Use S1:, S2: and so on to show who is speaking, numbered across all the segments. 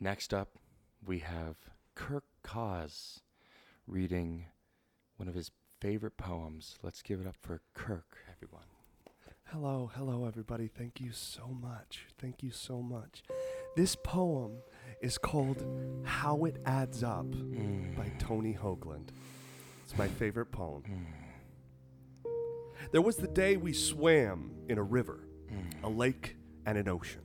S1: Next up, we have Kirk Cause reading one of his favorite poems. Let's give it up for Kirk, everyone.
S2: Hello, hello, everybody. Thank you so much. Thank you so much. This poem is called How It Adds Up by Tony Hoagland. It's my favorite poem. There was the day we swam in a river, a lake, and an ocean.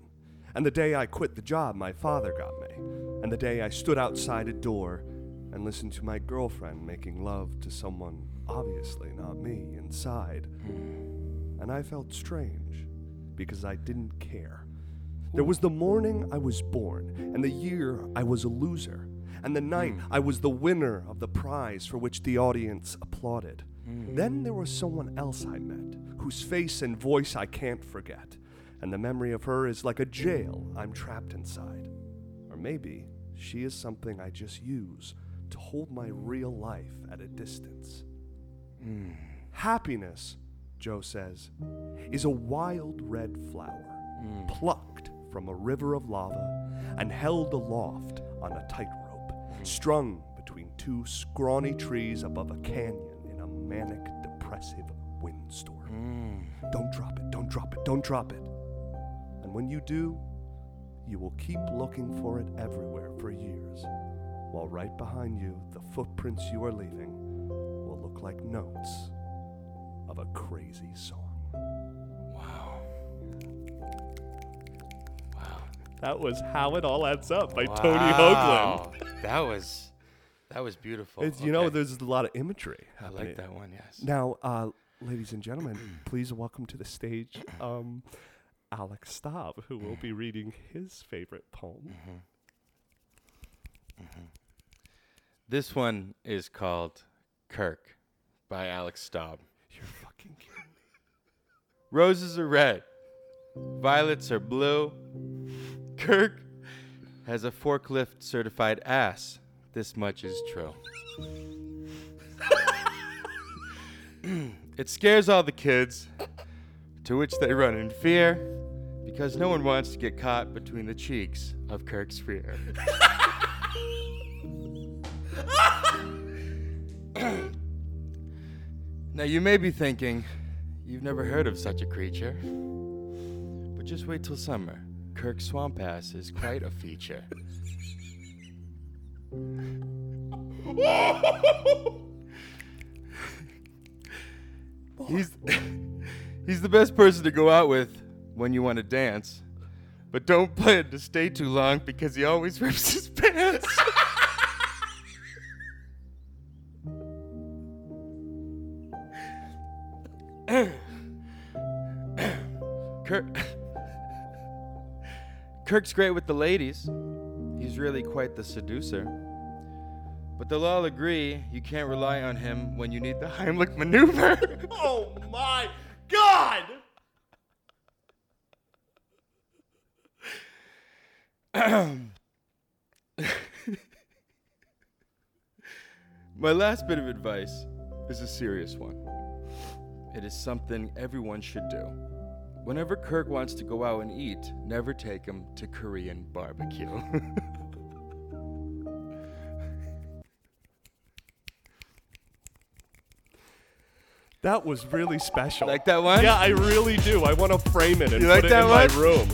S2: And the day I quit the job my father got me. And the day I stood outside a door and listened to my girlfriend making love to someone, obviously not me, inside and I felt strange because I didn't care. There was the morning I was born, and the year I was a loser, and the night I was the winner of the prize for which the audience applauded. Then there was someone else I met, whose face and voice I can't forget, and the memory of her is like a jail I'm trapped inside. Or maybe she is something I just use to hold my real life at a distance.
S1: Mm.
S2: Happiness, Joe says, is a wild red flower plucked from a river of lava and held aloft on a tightrope, strung between two scrawny trees above a canyon in a manic, depressive windstorm. Don't drop it, don't drop it, don't drop it. And when you do, you will keep looking for it everywhere for years, while right behind you, the footprints you are leaving will look like notes of a crazy song.
S1: Wow. Wow.
S3: That was How It All Adds Up by
S1: Wow. That was that was beautiful.
S2: It's, You know,
S1: Oh, Okay.
S2: there's a lot of imagery.
S1: I
S2: happening.
S1: like that one. Yes.
S2: Now, uh, ladies and gentlemen, please welcome to the stage um, Alex Staub, who will be reading his favorite poem.
S1: This one is called Kirk by Alex Staub.
S2: You're fucking kidding. me.
S1: Roses are red, violets are blue. Kirk has a forklift certified ass. This much is true. it scares all the kids, to which they run in fear, because no one wants to get caught between the cheeks of Kirk's fear. Now, you may be thinking, you've never heard of such a creature. But just wait till summer. Kirk Swamp Ass is quite a feature. he's, he's the best person to go out with when you want to dance. But don't plan to stay too long because he always rips his pants. Kirk Kirk's great with the ladies. He's really quite the seducer. But they'll all agree you can't rely on him when you need the Heimlich maneuver.
S3: Oh my god!
S1: My last bit of advice is a serious one. It is something everyone should do. Whenever Kirk wants to go out and eat, never take him to Korean barbecue.
S2: That was really special.
S1: like that one?
S2: yeah, I really do. I want to frame it and
S1: You like
S2: put it
S1: that
S2: in my
S1: one?
S2: room.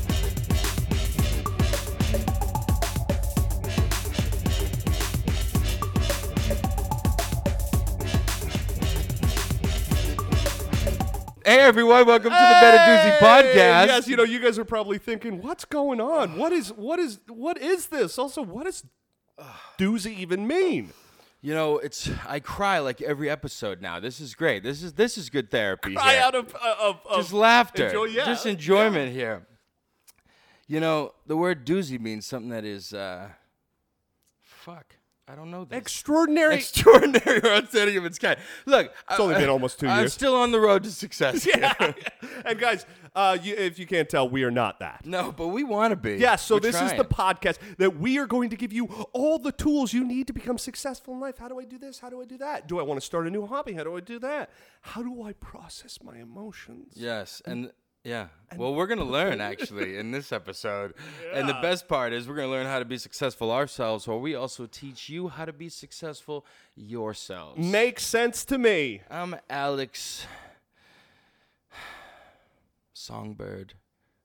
S1: Hey everyone, welcome to the Better Doozy podcast.
S2: Hey, Yes, you know, you guys are probably thinking, what's going on? What is what is what is this? Also, what does doozy even mean?
S1: You know, it's I cry like every episode now. This is great. This is this is good therapy.
S2: I
S1: here.
S2: out of, of, of
S1: just laughter,
S2: enjoy- yeah,
S1: just
S2: yeah.
S1: enjoyment here. You know, the word doozy means something that is uh, fuck. I don't know this.
S2: extraordinary.
S1: Extraordinary or outstanding of its kind. Look, it's
S2: only been almost two
S1: I'm
S2: years.
S1: still on the road to success. Yeah.
S2: and guys, uh, you, if you can't tell, we are not that.
S1: No, but we want to be.
S2: Yeah, so
S1: We're
S2: this is
S1: trying.
S2: the podcast that we are going to give you all the tools you need to become successful in life. How do I do this? How do I do that? Do I want to start a new hobby? How do I do that? How do I process my emotions?
S1: Yes, and Yeah. Well, we're going to learn actually in this episode. And the best part is we're going to learn how to be successful ourselves while we also teach you how to be successful yourselves.
S2: Makes sense to me.
S1: I'm Alex Songbird.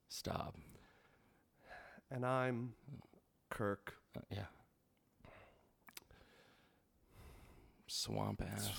S1: Stop.
S2: And I'm Kirk.
S1: Uh, yeah. Swamp ass.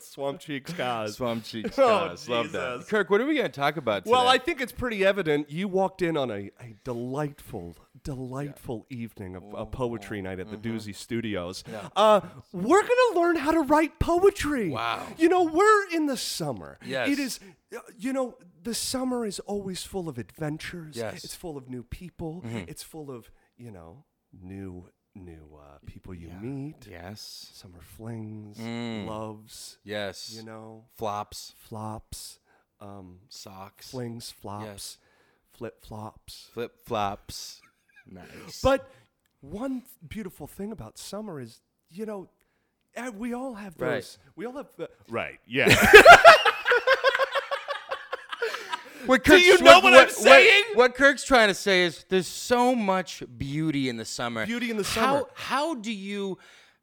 S2: Swamp Cheeks guys.
S1: Swamp cheeks.
S2: Oh,
S1: guys. Love that.
S2: Jesus.
S1: Kirk, what are we going to talk about today?
S2: Well, I think it's pretty evident you walked in on a, a delightful, delightful evening of a poetry night at the
S1: Mm-hmm.
S2: Doozy Studios. Uh, we're going to learn how to write poetry.
S1: Wow.
S2: You know, we're in the summer.
S1: Yes.
S2: It is, uh, you know, the summer is always full of adventures.
S1: Yes. Mm-hmm.
S2: It's full of new people. It's full of, you know, new, new uh, people you meet,
S1: Yes.
S2: summer flings,
S1: Mm.
S2: loves,
S1: Yes.
S2: you know,
S1: Flops.
S2: flops. Um,
S1: Socks.
S2: flings, flops,
S1: Yes.
S2: flip flops.
S1: Flip flops. Nice.
S2: But one th- beautiful thing about summer is, you know, eh, we all have those.
S1: Right.
S2: We all have. The,
S4: Right. Yeah.
S1: What Kirk's,
S4: you know what I'm saying?
S1: What, Kirk's trying to say is there's so much beauty in the summer.
S2: Beauty in the summer.
S1: How how do you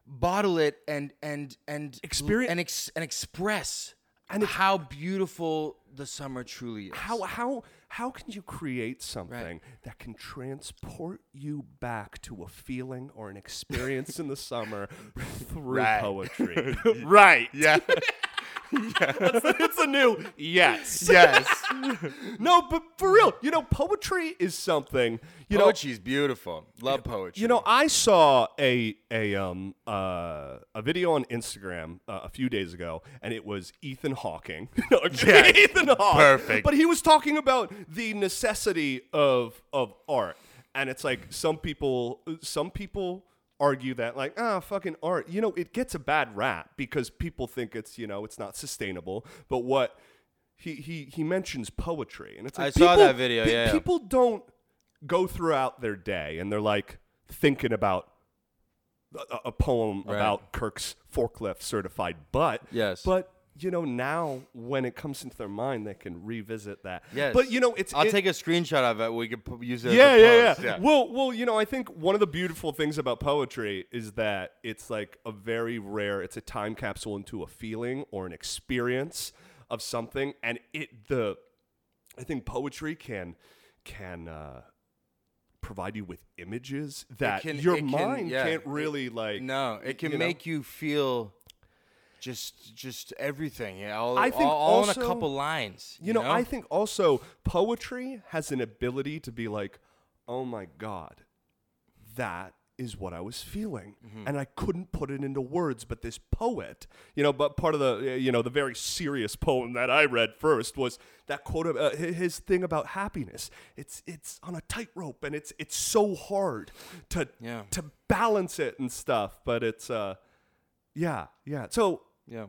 S1: bottle it and and and
S2: Experi-
S1: and, ex, and express
S2: And ex-
S1: how beautiful the summer truly is?
S2: how how how can you create something that can transport you back to a feeling or an experience in the summer through
S1: Right.
S2: poetry?
S4: right.
S1: Yeah.
S2: it's a new
S4: Yes.
S1: yes.
S2: no, but for real, you know, poetry is something. You know,
S1: Poetry's beautiful. Love poetry.
S2: You know, I saw a a um uh, a video on Instagram uh, a few days ago, and it was Ethan Hawking. No, I'm kidding. Ethan Hawking.
S1: Perfect.
S2: But he was talking about the necessity of of art, and it's like some people some people argue that like ah fucking art you know it gets a bad rap because people think it's you know it's not sustainable but what he he he mentions poetry and it's like
S1: I saw
S2: people-
S1: that video, yeah, yeah.
S2: people don't go throughout their day and they're like thinking about a, a poem
S1: Right.
S2: about Kirk's forklift certified butt.
S1: Yes.
S2: But you know now when it comes into their mind, they can revisit that.
S1: Yes.
S2: But you know it's
S1: I'll
S2: it-
S1: take a screenshot of it. We could pu- use it.
S2: yeah,
S1: as a
S2: yeah,
S1: post.
S2: yeah, Well, well, you know, I think one of the beautiful things about poetry is that it's like a very rare. It's a time capsule into a feeling or an experience of something, and it the, I think poetry can, can. uh provide you with images that
S1: can- it
S2: your
S1: can-
S2: mind
S1: yeah.
S2: can't really like
S1: No, it can
S2: you know?
S1: make you feel just just everything. Yeah, all,
S2: I think
S1: all, all in
S2: also-
S1: a couple lines.
S2: You know, I think also poetry has an ability to be like, oh my God, that is what I was feeling.
S1: Mm-hmm.
S2: And I couldn't put it into words, but this poet, you know, but part of the, uh, you know, the very serious poem that I read first was that quote, of, uh, hi- his thing about happiness. It's, it's on a tightrope and it's, it's so hard to,
S1: Yeah.
S2: to balance it and stuff. But it's, uh, yeah, yeah. So
S1: yeah.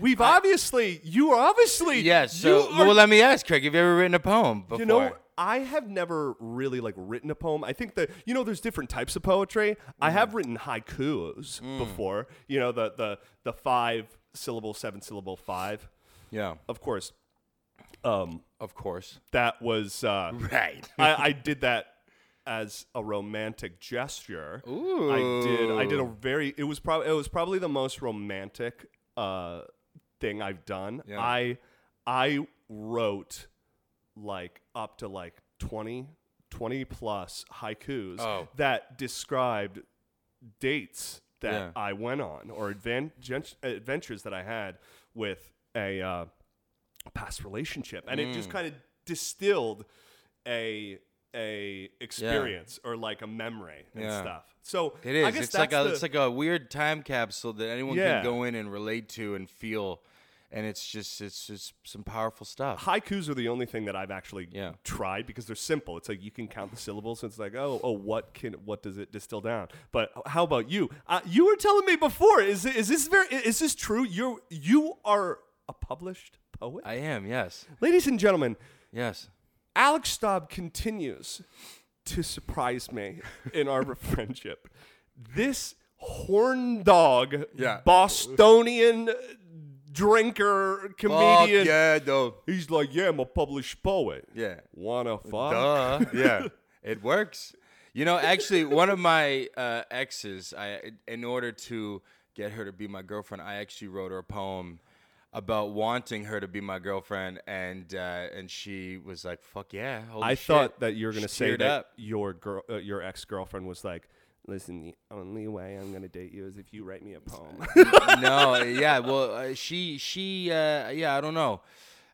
S2: we've obviously, you are obviously,
S1: Yes.
S2: you
S1: So,
S2: are
S1: well, let me ask, Craig. Have you ever written a poem before?
S2: you know, I have never really like written a poem. I think that you know, there's different types of poetry. I have written haikus before. You know, the the the five syllable, seven syllable, five.
S1: yeah.
S2: Of course, um,
S1: Of course.
S2: that was uh,
S1: Right.
S2: I, I did that as a romantic gesture.
S1: Ooh.
S2: I did. I did a very. It was probably. It was probably the most romantic uh, thing I've done.
S1: Yeah.
S2: I I wrote like up to like 20, 20 plus haikus
S1: Oh.
S2: that described dates that
S1: Yeah.
S2: I went on or advan- gent- adventures that I had with a uh, past relationship, and it
S1: Mm.
S2: just kind of distilled a a experience or like a memory and
S1: Yeah.
S2: stuff. So
S1: It is.
S2: I guess
S1: it's like a
S2: that's the-
S1: it's like a weird time capsule that anyone
S2: Yeah.
S1: can go in and relate to and feel, and it's just it's just some powerful stuff.
S2: haikus are the only thing that I've actually
S1: Yeah.
S2: tried because they're simple. It's like you can count the syllables. And it's like oh oh what can what does it distill down? But how about you? Uh, you were telling me before. Is is this very is this true? You you are a published poet,
S1: I am. Yes.
S2: ladies and gentlemen.
S1: Yes.
S2: Alex Staub continues to surprise me in our friendship. This horn dog,
S1: Yeah.
S2: Bostonian drinker
S1: Fuck
S2: comedian.
S1: Oh, yeah, though.
S2: He's like, yeah, I'm a published poet.
S1: Yeah.
S2: Wanna fuck?
S1: Duh. Yeah. It works. You know, actually, one of my uh, exes, I, in order to get her to be my girlfriend, I actually wrote her a poem about wanting her to be my girlfriend, and uh, and she was like, "Fuck yeah!" Holy
S2: I
S1: shit."
S2: thought that you were gonna
S1: She
S2: say
S1: teared
S2: that
S1: up.
S2: your girl, uh, your ex girlfriend was like, "Listen, the only way I'm gonna date you is if you write me a poem."
S1: no, yeah. Well, uh, she, she, uh, yeah. I don't know.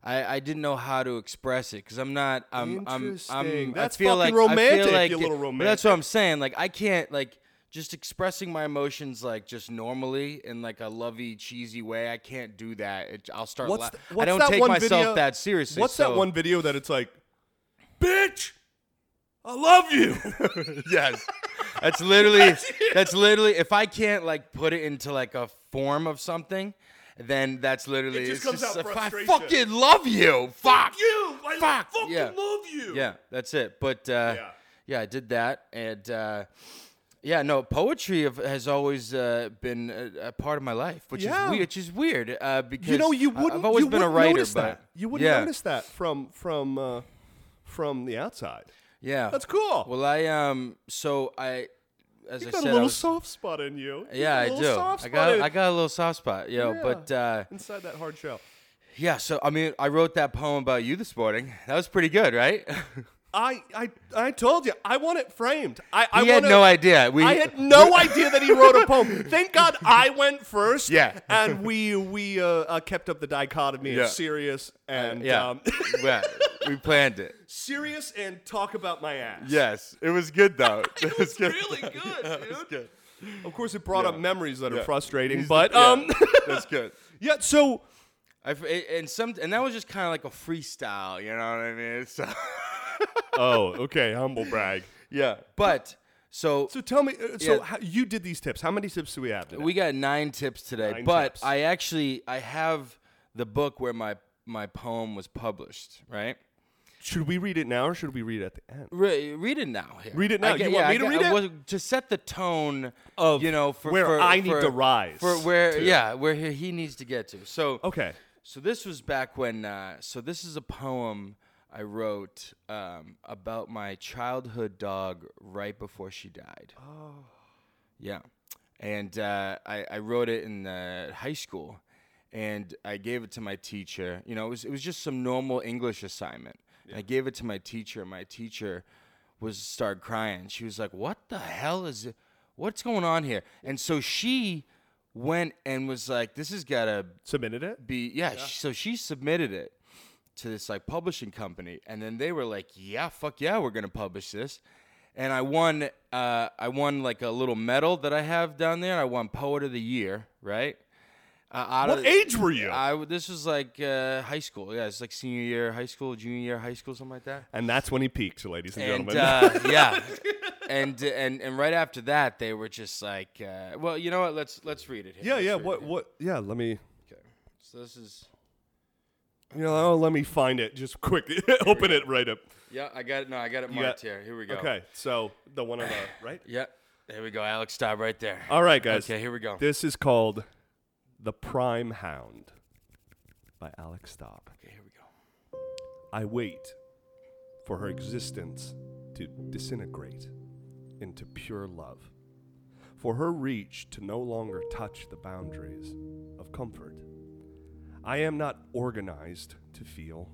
S1: I, I didn't know how to express it because I'm not. I'm, I'm, I'm.
S2: Interesting. That's
S1: I feel like,
S2: fucking
S1: I
S2: romantic,
S1: feel like
S2: you
S1: it-
S2: little
S1: but That's what I'm saying. Like I can't like just expressing my emotions like just normally in like a lovey cheesy way. I can't do that. It, I'll start.
S2: What's
S1: la-
S2: th-
S1: I
S2: what's
S1: don't
S2: that
S1: take
S2: one
S1: myself
S2: video-
S1: that seriously.
S2: What's
S1: so-
S2: that one video that it's like, "Bitch, I love you."
S1: yes. That's literally that's literally if I can't like put it into like a form of something, then that's literally
S5: It just comes
S1: it's
S5: out
S1: if I
S5: frustration.
S1: fucking love you. Fuck.
S5: you. I
S1: Fuck,
S5: fucking
S1: yeah.
S5: love you.
S1: Yeah, that's it. But uh, yeah.
S5: Yeah.
S1: I did that, and uh, yeah, no, poetry have, has always uh, been a, a part of my life, which
S2: Yeah.
S1: is weird, which is weird uh, because
S2: you know, you
S1: I-
S2: wouldn't.
S1: I've always
S2: you
S1: been a
S2: wouldn't
S1: writer,
S2: notice
S1: but
S2: that. you wouldn't
S1: yeah,
S2: notice that from from uh, from the outside.
S1: Yeah,
S2: That's cool.
S1: Well, I um, so I, as
S2: you
S1: I
S2: got
S1: said,
S2: a
S1: I
S2: little
S1: was-
S2: soft spot in you. You
S1: yeah,
S2: got a
S1: I
S2: little
S1: do.
S2: soft
S1: I got
S2: spot in-
S1: I got a little soft spot, yo.
S2: Yeah.
S1: But uh,
S2: inside that hard shell.
S1: yeah, so I mean, I wrote that poem about you this morning. That was pretty good, right?
S2: I, I I told you I want it framed. I I
S1: he had
S2: want
S1: no idea. We
S2: I had no idea that he wrote a poem. Thank God I went first.
S1: Yeah.
S2: and we we uh, uh, kept up the dichotomy
S1: Yeah. Uh,
S2: of serious and
S1: yeah,
S2: um,
S1: yeah, we planned it.
S2: serious and talk about my ass.
S1: Yes, it was good though. it was good.
S2: really good, dude.
S1: good.
S2: Of course, it brought up memories that are
S1: Yeah.
S2: frustrating, but
S1: Yeah,
S2: um,
S1: that's good.
S2: yeah. So
S1: I f- and some and that was just kind of like a freestyle, you know what I mean? So
S5: Oh, okay. Humble brag.
S1: yeah, but so,
S2: so tell me. uh, So
S1: Yeah.
S2: how, you did these tips. How many tips do we have? Today?
S1: we got nine tips today.
S2: Nine
S1: but
S2: tips.
S1: I actually I have the book where my my poem was published. Right,
S2: should we read it now or should we read it at the end?
S1: Re- read it now. Here.
S2: Read it now.
S1: I get-
S2: You want
S1: yeah,
S2: me
S1: I
S2: to
S1: get-
S2: read
S1: I
S2: it?
S1: was- to set the tone
S2: Of
S1: you know for,
S2: where
S1: for-
S2: I need
S1: for-
S2: to rise
S1: for where
S2: to.
S1: yeah where he, he needs to get to. So
S2: Okay.
S1: So this was back when. Uh, so this is a poem I wrote um, about my childhood dog right before she died. Oh. Yeah, and uh, I, I wrote it in uh, high school, and I gave it to my teacher. You know, it was it was just some normal English assignment. And I gave it to my teacher. and My teacher was started crying. She was like, "What the hell is it? What's going on here?" And so she went and was like, "This has got to
S2: Submitted it.
S1: be yeah, sh so she submitted it to this like publishing company and then they were like yeah fuck yeah we're gonna publish this and i won uh, i won like a little medal that i have down there i won poet of the year right uh, out
S2: What
S1: of-
S2: age were you?
S1: I w- this was like uh, high school yeah it's like senior year high school junior year high school something like that
S2: and that's when he peaks, ladies and,
S1: and
S2: gentlemen.
S1: uh, yeah and and and right after that they were just like uh, well you know what let's let's read it here
S2: yeah,
S1: Let's
S2: yeah.
S1: read it
S2: What?
S1: here.
S2: What? Yeah. Let me.
S1: okay so this is
S2: You know, oh, let me find it. Just quick, open it right up.
S1: Yeah, I got it. No, I got it
S2: You
S1: marked
S2: got-
S1: here. Here we go.
S2: Okay, so the one on the right.
S1: Yep. There we go. Alex, stop right there.
S2: All right, guys.
S1: Okay, here we go.
S2: This is called "The Prime Hound" by Alex Staub.
S1: Okay, here we go.
S2: I wait for her existence to disintegrate into pure love, for her reach to no longer touch the boundaries of comfort. I am not organized to feel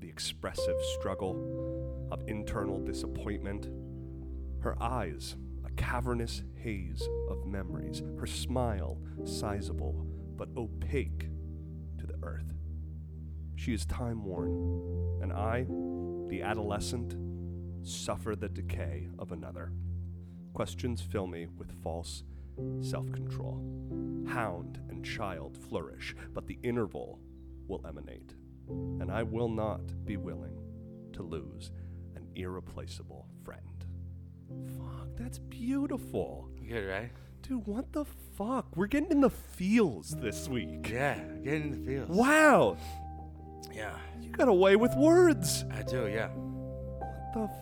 S2: the expressive struggle of internal disappointment. Her eyes, a cavernous haze of memories, her smile, sizable but opaque to the earth. She is time worn, and I, the adolescent, suffer the decay of another. Questions fill me with false self control. Hound and child flourish, but the interval will emanate, and I will not be willing to lose an irreplaceable friend. Fuck, that's beautiful.
S1: You good, right?
S2: Dude, what the fuck? We're getting in the feels this week.
S1: Yeah. Get in the field.
S2: Wow,
S1: Yeah.
S2: you got away with words.
S1: I do, yeah.
S2: The fuck?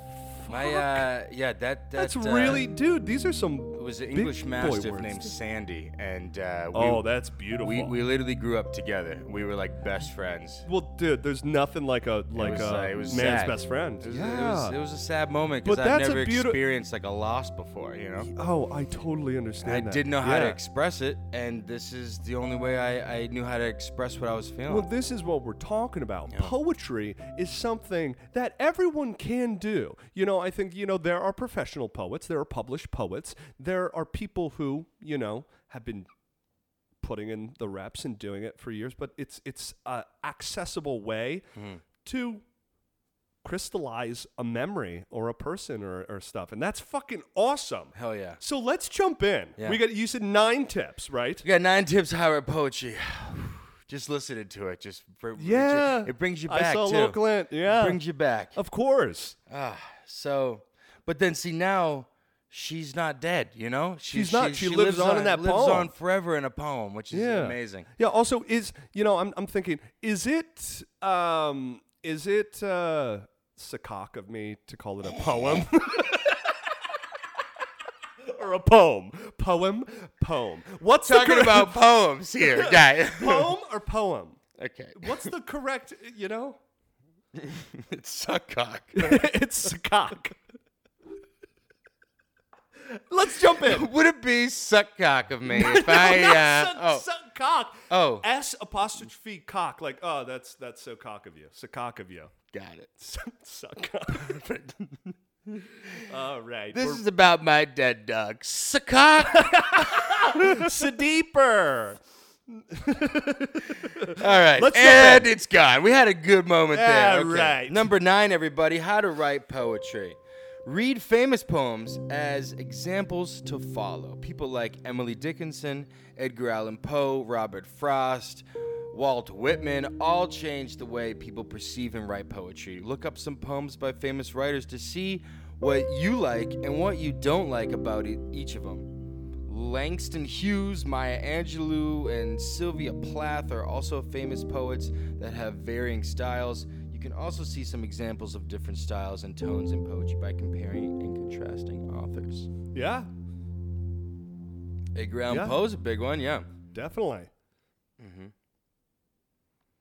S1: My uh yeah, that, that
S2: That's
S1: uh,
S2: really, dude. These are some
S1: was an English
S2: boy
S1: mastiff
S2: words.
S1: named Sandy, and uh, we,
S6: Oh, that's beautiful.
S1: we we literally grew up together. We were like best friends.
S6: well, dude, there's nothing like a like
S1: was,
S6: a
S1: uh, it was
S6: man's
S1: sad.
S6: best friend.
S1: It was, it was,
S2: Yeah.
S1: it was a sad moment
S6: But
S1: because I've
S6: that's a
S1: never
S6: beauti-
S1: experienced like a loss before, you know.
S2: Oh, I totally
S1: I
S2: understand that.
S1: didn't know how to
S6: Yeah.
S1: express it, and this is the only way I, I knew how to express what I was feeling.
S2: Well, this is what we're talking about. Poetry is something that everyone can do. You know, I think, you know, there are professional poets, there are published poets, there are people who, you know, have been putting in the reps and doing it for years, but it's it's a accessible way to crystallize a memory or a person or, or stuff. And that's fucking awesome.
S1: Hell yeah.
S2: So let's jump in.
S1: Yeah.
S2: We got you said nine tips, right?
S1: You got nine tips how to poetry. Just listening to it. Just br- it ju-
S2: Yeah.
S1: it, brings you
S2: I
S1: back
S2: saw a
S1: too.
S2: little glint. Yeah. Oh.
S1: It brings you back.
S2: Of course.
S1: Ah, so, but then see now she's not dead. You know, she,
S2: She's not. She lives on in that
S1: lives
S2: poem.
S1: on forever in a poem, which is
S2: yeah.
S1: amazing.
S2: Yeah. Also, is you know, I'm I'm thinking, is it um, is it uh, cock of me to call it a poem? Or a poem, poem, poem. What's the
S1: Talking
S2: correct-
S1: about poems here, guy.
S2: poem or poem?
S1: okay,
S2: What's the correct? You know,
S1: it's suck cock.
S2: it's cock. Let's jump in.
S1: Would it be suck cock of me if I? Uh, oh,
S2: cock.
S1: Oh.
S2: S apostrophe cock. Like, oh, that's that's so cock of you. So cock of you.
S1: got it.
S2: Suck All right.
S1: This is about my dead dog, Sakak.
S2: Sadiper.
S1: All right,
S2: Let's jump
S1: and
S2: in.
S1: it's gone. We had a good moment there.
S2: All
S1: Okay.
S2: right.
S1: Number nine, everybody, how to write poetry. Read famous poems as examples to follow. People like Emily Dickinson, Edgar Allan Poe, Robert Frost, Walt Whitman all changed the way people perceive and write poetry. Look up some poems by famous writers to see what you like and what you don't like about e- each of them. Langston Hughes, Maya Angelou, and Sylvia Plath are also famous poets that have varying styles. You can also see some examples of different styles and tones in poetry by comparing and contrasting authors.
S2: Yeah,
S1: Edgar Allan
S2: Yeah.
S1: Poe's a big one, yeah.
S2: definitely.
S1: Mm-hmm.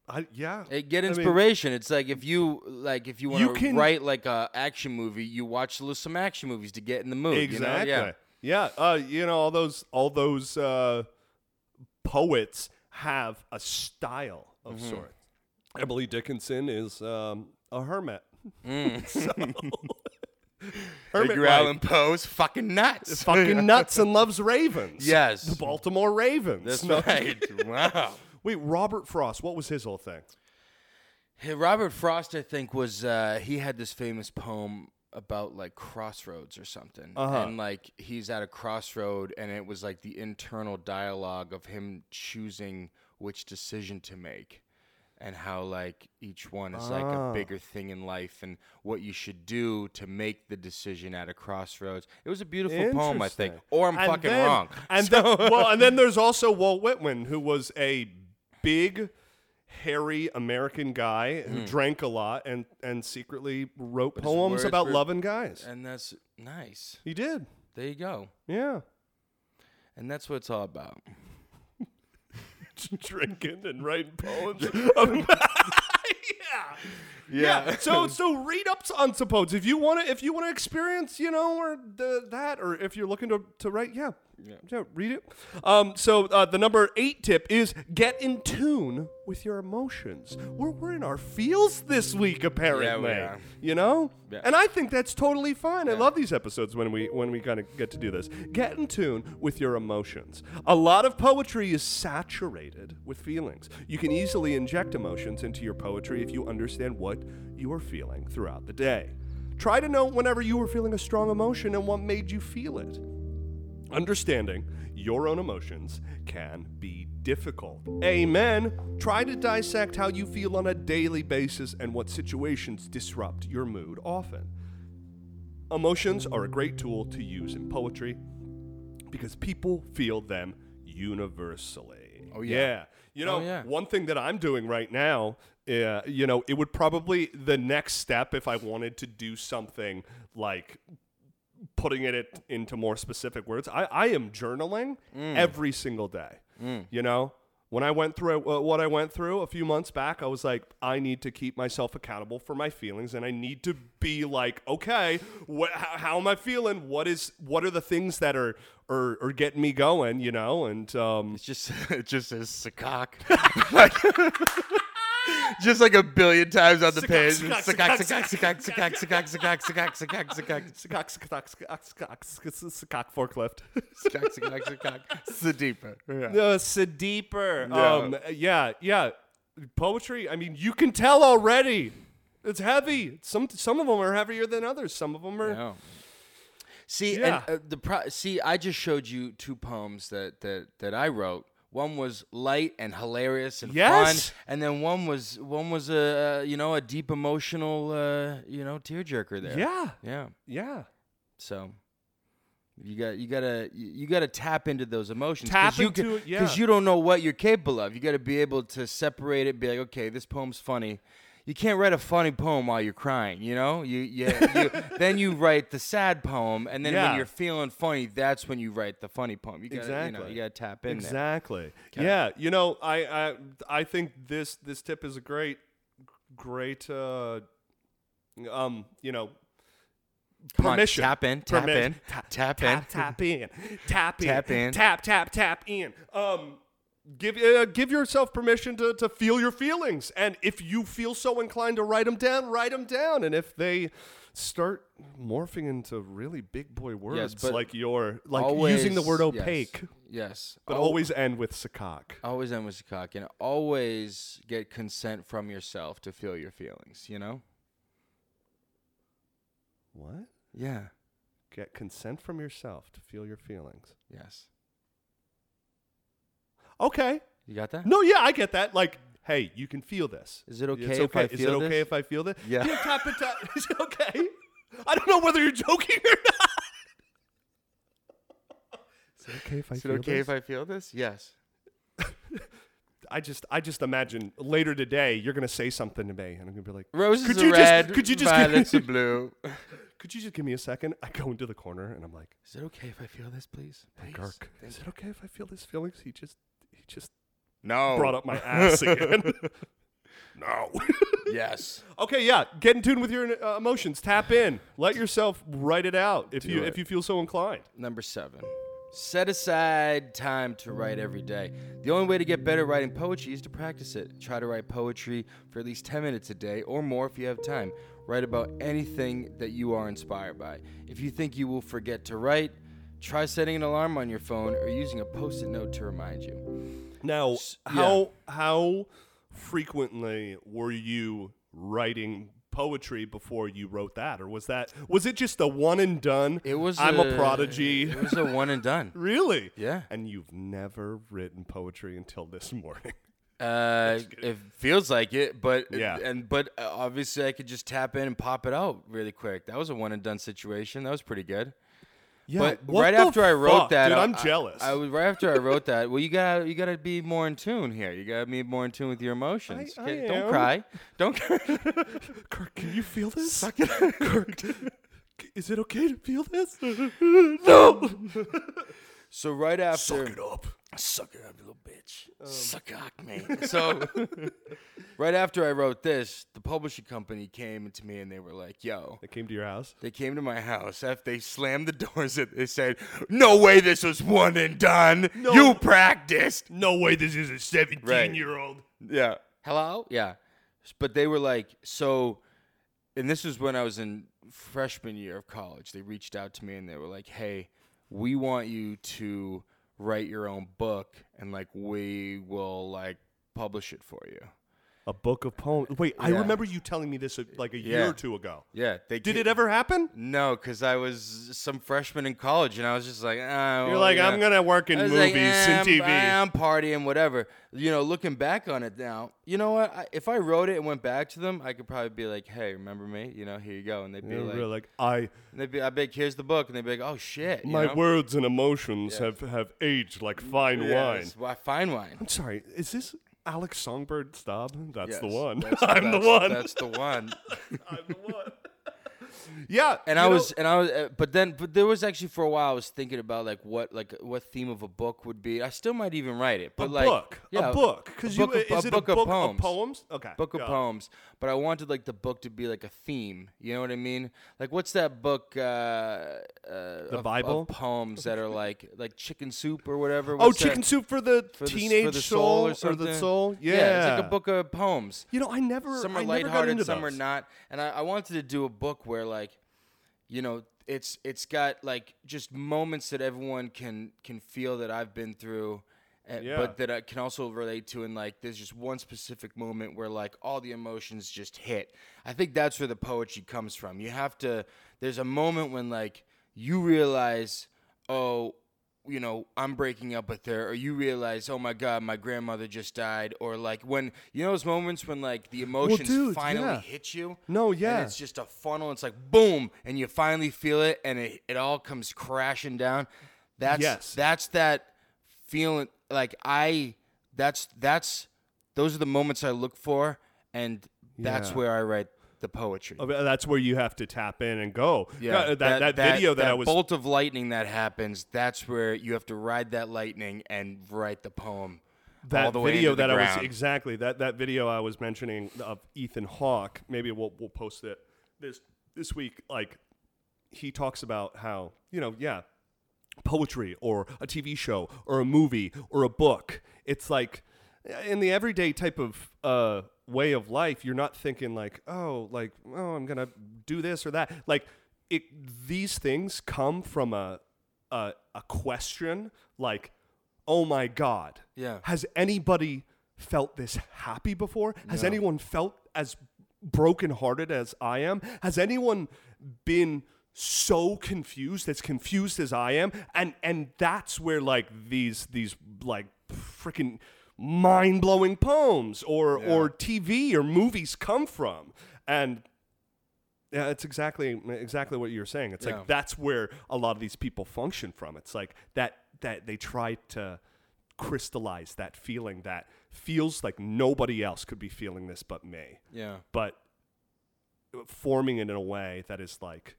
S2: I yeah.
S1: It, get
S2: I mean,
S1: inspiration. it's like if you like if you
S2: You
S1: want to
S2: can-
S1: write like a action movie, you watch li- some action movies to get in the mood.
S2: exactly.
S1: You know? Yeah.
S2: yeah. Uh, you know all those all those uh, poets have a style of
S1: Mm-hmm.
S2: sorts. Emily Dickinson is um, a hermit.
S1: Mm.
S2: so, hermit
S1: Edgar
S2: life.
S1: Allan Poe's fucking nuts.
S2: fucking nuts and loves Ravens.
S1: Yes.
S2: The Baltimore Ravens.
S1: That's
S2: No-
S1: right. Wow.
S2: Wait, Robert Frost, what was his whole thing?
S1: Hey, Robert Frost, I think, was uh, he had this famous poem about like crossroads or something,
S2: Uh-huh.
S1: and like he's at a crossroad, and it was like the internal dialogue of him choosing which decision to make, and how like each one is like
S2: Ah.
S1: a bigger thing in life, and what you should do to make the decision at a crossroads. It was a beautiful poem, I think,
S2: Interesting.
S1: or I'm
S2: And
S1: fucking
S2: then-
S1: wrong.
S2: And then, well, and then there's also Walt Whitman, who was a big, hairy American guy who drank a lot and and secretly wrote
S1: Hmm. his
S2: poems
S1: words
S2: about
S1: were-
S2: loving guys.
S1: And that's nice.
S2: He did.
S1: There you go.
S2: Yeah.
S1: And that's what it's all about.
S2: Drinking and writing poems. yeah. Yeah. So so read up on some poems if you want to if you want to experience you know or the, that or if you're looking to, to write yeah. yeah read it. Um, so uh, the number eight tip is get in tune with your emotions. We're we're in our feels this week apparently.
S1: are.
S2: You know.
S1: Yeah.
S2: And I think that's totally fine. I love these episodes when we when we kind of get to do this. Get in tune with your emotions. A lot of poetry is saturated with feelings. You can easily inject emotions into your poetry if you understand what you are feeling throughout the day. Try to know whenever you were feeling a strong emotion and what made you feel it. Understanding your own emotions can be difficult. Amen. Try to dissect how you feel on a daily basis and what situations disrupt your mood often. Emotions are a great tool to use in poetry because people feel them universally.
S1: Oh, yeah.
S2: You know,
S1: Oh, yeah.
S2: one thing that I'm doing right now, uh, you know, it would probably the next step if I wanted to do something like putting it it into more specific words. I, I am journaling
S1: Mm.
S2: every single day. You know, when I went through uh, what I went through a few months back, I was like, I need to keep myself accountable for my feelings, and I need to be like, okay, what, how, how am I feeling? What is what are the things that are are, are getting me going? You know, and um,
S1: It's just it just says Sakak. just like a billion times on the page.
S2: Sakak,
S1: Sakak,
S2: sakak,
S1: sakak, sakak, sakak, sakak, sakak, sakak, sakak,
S2: forklift.
S1: sakak, sakak, sakak. Sadipa. Yeah.
S2: No, it's a deeper.
S1: Yeah.
S2: Um, yeah, yeah. Poetry. I mean, you can tell already. It's heavy. Some some of them are heavier than others. Some of them are.
S1: No. See,
S2: Yeah.
S1: and, uh, the pro- see, I just showed you two poems that that that I wrote. One was light and hilarious and
S2: Yes.
S1: fun, and then one was one was a uh, you know a deep emotional uh, you know tearjerker there.
S2: Yeah,
S1: yeah.
S2: yeah.
S1: So you got you gotta you you gotta tap into those emotions.
S2: Tap
S1: you
S2: into it, yeah.
S1: Because you don't know what you're capable of. You gotta be able to separate it. Be like, okay, this poem's funny. You can't write a funny poem while you're crying. You know, you you, you then you write the sad poem, and then
S2: Yeah.
S1: when you're feeling funny, that's when you write the funny poem. You gotta you know
S2: Exactly.
S1: you gotta tap in there.
S2: Exactly. Yeah. You know, I, I I think this this tip is a great great uh um you know
S1: Come on,
S2: permission.
S1: tap in, tap in,
S2: Ta-
S1: tap
S2: tap,
S1: in.
S2: tap in, tap in,
S1: Tap in.
S2: tap tap tap in. Um, give uh, give yourself permission to to feel your feelings, and if you feel so inclined to write them down, write them down, and if they start morphing into really big boy words
S1: but
S2: like your like
S1: Always
S2: using the word
S1: yes,
S2: opaque
S1: Yes,
S2: but
S1: Al-
S2: always end with sakak.
S1: always end with cock and always get consent from yourself to feel your feelings. You know.
S2: What?
S1: Yeah.
S2: Get consent from yourself to feel your feelings.
S1: Yes.
S2: Okay.
S1: You got that?
S2: No, yeah, I get that. Like, hey, you can feel this.
S1: Is it okay
S2: It's
S1: if I
S2: okay. Is it
S1: feel
S2: okay
S1: this?
S2: if I feel this?
S1: Yeah.
S2: tap it, tap. Is it okay? I don't know whether you're joking or not. Is it okay if I
S1: Is it okay if I feel this? Yes.
S2: I just, I just imagine later today you're gonna say something to me, and I'm gonna be like,
S1: Roses
S2: Could
S1: are
S2: you just-
S1: red.
S2: could you just give-
S1: violets are blue?
S2: "Could you just give me a second? I go into the corner, and I'm like,
S1: Is it okay if I feel this, please?
S2: "Hey,
S1: Please.
S2: Gark,
S1: Thank
S2: is
S1: you.
S2: it okay if I feel these feelings?" He just, he just
S1: No.
S2: brought up my ass again. no.
S1: Yes.
S2: okay, yeah. Get in tune with your uh, emotions. Tap in. Let yourself write it out if you
S1: it.
S2: if you feel so inclined.
S1: Number seven. Set aside time to write every day. The only way to get better at writing poetry is to practice it. Try to write poetry for at least 10 minutes a day or more if you have time. Write about anything that you are inspired by. If you think you will forget to write, try setting an alarm on your phone or using a post it note to remind you.
S2: Now,
S1: yeah.
S2: how how frequently were you writing poetry before you wrote that, or was that was it just a one and done?
S1: It was
S2: I'm a,
S1: a-
S2: prodigy.
S1: It was a one and done.
S2: really?
S1: Yeah.
S2: And you've never written poetry until this morning.
S1: Uh, it feels like it, but
S2: Yeah.
S1: and but uh, obviously I could just tap in and pop it out really quick. That was a one and done situation. That was pretty good.
S2: Yeah.
S1: But
S2: what
S1: right
S2: the
S1: after I wrote
S2: fuck?
S1: that,
S2: dude,
S1: I-
S2: I'm
S1: I-
S2: jealous.
S1: I, was right after I wrote that. Well, you gotta you gotta be more in tune here. You gotta be more in tune with your emotions.
S2: I
S1: Okay, don't
S2: am.
S1: cry. Don't cry.
S2: Kirk, can you feel this?
S1: Suck it up.
S2: Kirk, is it okay to feel this? no.
S1: so right after
S2: up.
S1: Suck it up, you little bitch. Suck cock, me. So, right after I wrote this, the publishing company came to me and they were like, yo,
S2: It came to your house.
S1: they came to my house after they slammed the doors and they said, no way this was one and done. You practiced.
S2: No way, this is a seventeen-year-old.
S1: Yeah. Hello? Yeah. S- But they were like, so, and this was when I was in freshman year of college. They reached out to me and they were like, hey, we want you to write your own book and like we will like publish it for you.
S2: A book of poems. Wait, I
S1: Yeah.
S2: remember you telling me this uh, like a
S1: Yeah.
S2: year or two ago.
S1: Yeah. They
S2: Did
S1: ca-
S2: it ever happen?
S1: No, because I was some freshman in college and I was just like, ah.
S2: You're
S1: well,
S2: like,
S1: you know."
S2: I'm gonna work in
S1: I was
S2: movies
S1: like, "Eh,
S2: and
S1: I'm-
S2: TV.
S1: I'm partying, whatever. You know, looking back on it now, you know what? I, if I wrote it and went back to them, I could probably be like, "Hey, remember me? You know, here you go." And they'd be
S2: You're
S1: like,
S2: really like, I,
S1: and "They'd be, I beg, here's the book," and they'd be like, "Oh shit, you
S2: my
S1: know?
S2: words and emotions have have aged like fine wine.
S1: Yes, why fine wine?
S2: I'm sorry, is this Alex Songbird Staub? That's the
S1: Yes,
S2: one.
S1: that's-
S2: I'm the
S1: that's-
S2: one.
S1: That's the one.
S2: I'm the one.
S7: Yeah.
S1: And
S7: you
S1: I
S7: know-
S1: was, and I was, uh, but then, but there was actually for a while I was thinking about like what, like what theme of a book would be. I still might even write it, but
S7: a
S1: like
S7: book.
S1: yeah,
S7: a book. Because you
S1: book of-
S7: is it a book of poems? Okay.
S1: book of
S7: yeah.
S1: poems. But I wanted like the book to be like a theme. You know what I mean? Like what's that book? Uh, uh, the
S7: Bible?
S1: poems that are like like chicken soup or whatever.
S7: Oh,
S1: What's that?
S7: chicken soup for the
S1: For the s- for
S7: teenage
S1: the
S7: soul,
S1: or,
S7: the
S1: something?
S7: soul. Yeah.
S1: it's like a book of poems.
S7: You know, I never.
S1: Some
S7: I
S1: are
S7: never got
S1: lighthearted,
S7: into
S1: some are
S7: those.
S1: not. And I, I wanted to do a book where like, you know, it's it's got like just moments that everyone can can feel that I've been through. And,
S2: Yeah.
S1: But that I can also relate to, and like, there's just one specific moment where like all the emotions just hit. I think that's where the poetry comes from. You have to. There's a moment when like you realize, oh, you know, I'm breaking up with her, or you realize, oh my god, my grandmother just died, or like when you know those moments when like the emotions
S7: dude,
S1: finally
S7: yeah.
S1: hit you.
S7: No,
S1: And
S7: yeah.
S1: it's just a funnel. It's like boom, and you finally feel it, and it, it all comes crashing down. That's
S7: Yes.
S1: that's that feeling. Like I, that's that's those are the moments I look for, and that's
S7: Yeah.
S1: where I write the poetry.
S2: Oh, but That's where you have to tap in and go. God, that, that, video that, I was.
S1: bolt of lightning that happens. That's where you have to ride that lightning and write the poem.
S2: that
S1: all the way
S2: video
S1: into the
S2: that I was
S1: ground.
S2: exactly that that video I was mentioning of Ethan Hawke. Maybe we'll we'll post it this this week. Like he talks about how you know yeah, poetry or a TV show or a movie or a book. It's like eh, in the everyday type of uh, way of life, you're not thinking like oh like oh I'm gonna do this or that. Like it these things come from a a, a question like oh my god
S1: Yeah.
S2: has anybody felt this happy before? Has anyone felt as brokenhearted as I am? Has anyone been so confused, as confused as I am? And and that's where like these these like freaking mind blowing poems or or TV or movies come from. And yeah, it's exactly exactly what you're saying. It's
S1: Yeah.
S2: like that's where a lot of these people function from. It's like that that they try to crystallize that feeling that feels like nobody else could be feeling this but me.
S1: Yeah.
S2: But forming it in a way that is like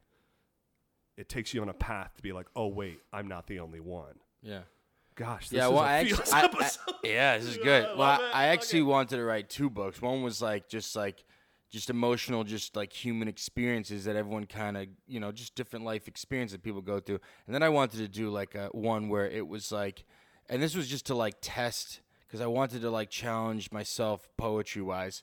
S2: it takes you on a path to be like, oh wait, I'm not the only one.
S1: Yeah.
S2: Gosh, this
S1: Yeah,
S2: is
S1: well,
S2: a
S1: I actually,
S2: feels
S1: I, I,
S2: episode.
S1: yeah, this is
S2: Yeah,
S1: good.
S2: I
S1: well,
S2: love
S1: I,
S2: it.
S1: I
S2: Fuck
S1: actually
S2: it.
S1: wanted to write two books. One was like just like just emotional, just like human experiences that everyone kind of you know just different life experiences that people go through. And then I wanted to do like a one where it was like, and this was just to like test because I wanted to like challenge myself poetry wise.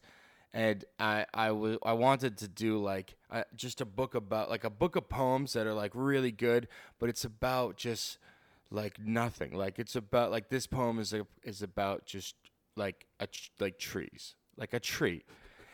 S1: And I I wa- I wanted to do like uh, just a book about like a book of poems that are like really good, but it's about just like nothing. Like it's about like this poem is a, is about just like a tr- like trees, like a tree,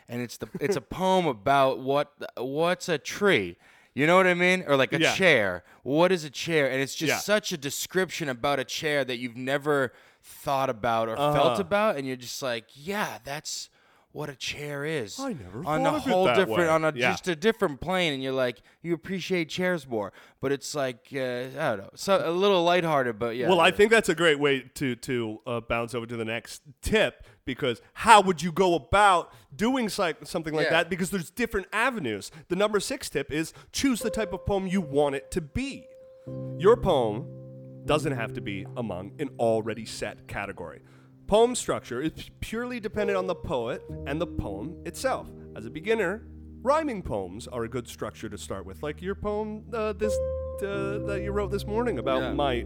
S1: and it's the it's a poem about what what's a tree. You know what I mean? Or like a
S2: Yeah.
S1: chair. What is a chair? And it's just
S2: Yeah.
S1: such a description about a chair that you've never thought about
S2: Uh-huh.
S1: or felt about, and you're just like, yeah, that's what a chair is.
S2: I never
S1: on
S2: thought
S1: a
S2: of it
S1: whole
S2: that
S1: different
S2: way.
S1: on a
S2: Yeah.
S1: just a different plane, and you're like, you appreciate chairs more. But it's like uh, I don't know, so a little lighthearted, but yeah.
S2: Well, I think that's a great way to to uh, bounce over to the next tip because how would you go about doing psych- something like
S1: Yeah.
S2: that? Because there's different avenues. The number six tip is choose the type of poem you want it to be. Your poem doesn't have to be among an already set category. Poem structure is purely dependent on the poet and the poem itself. As a beginner, rhyming poems are a good structure to start with, like your poem uh, this uh, that you wrote this morning about
S1: Yeah.
S2: my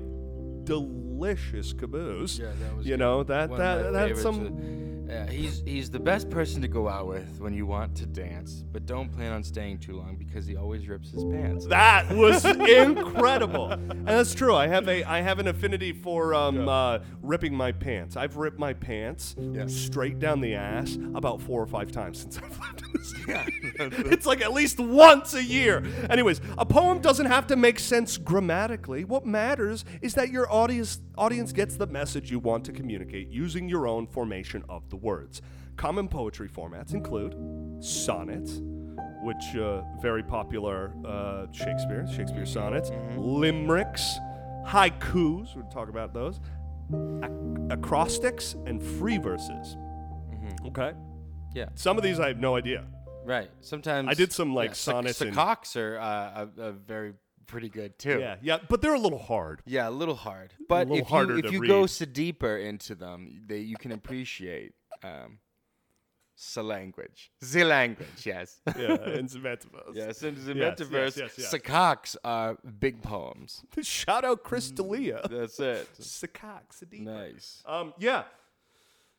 S2: delicious caboose.
S1: Yeah, that was
S2: you
S1: good.
S2: know that
S1: One
S2: that
S1: of my favorites.
S2: that's some
S1: Uh, he's he's the best person to go out with when you want to dance, but don't plan on staying too long because he always rips his pants.
S2: that was incredible, and that's true. I have a I have an affinity for um, uh, ripping my pants. I've ripped my pants straight down the ass about four or five times since I've lived in this. it's like at least once a year. Anyways, a poem doesn't have to make sense grammatically. What matters is that your audience audience gets the message you want to communicate using your own formation of the words. Common poetry formats include sonnets, which uh, very popular uh, Shakespeare,
S1: Mm-hmm.
S2: Shakespeare sonnets, limericks, haikus. We'll talk about those. ac- acrostics and free verses. Okay.
S1: Yeah.
S2: Some of these I have no idea.
S1: Right. Sometimes
S2: I did some, like,
S1: Sa-
S2: sonnets
S1: sa-
S2: and-
S1: cocks are uh, a, a very pretty good too.
S2: Yeah, yeah, but they're a little hard.
S1: Yeah, a little hard, but
S2: little
S1: if
S2: harder
S1: you if
S2: to
S1: you go
S2: read.
S1: s- deeper into them, they you can appreciate um, the language, the language. Yes,
S2: Yeah, in Zementimus.
S1: yes. In the
S2: Yes, yes,
S1: metaverse,
S2: yes, yes.
S1: the cocks are big poems.
S2: Shout out Chris D'Elia.
S1: That's it.
S2: Sakak, Sadiq.
S1: Mm. Nice.
S2: Um, yeah.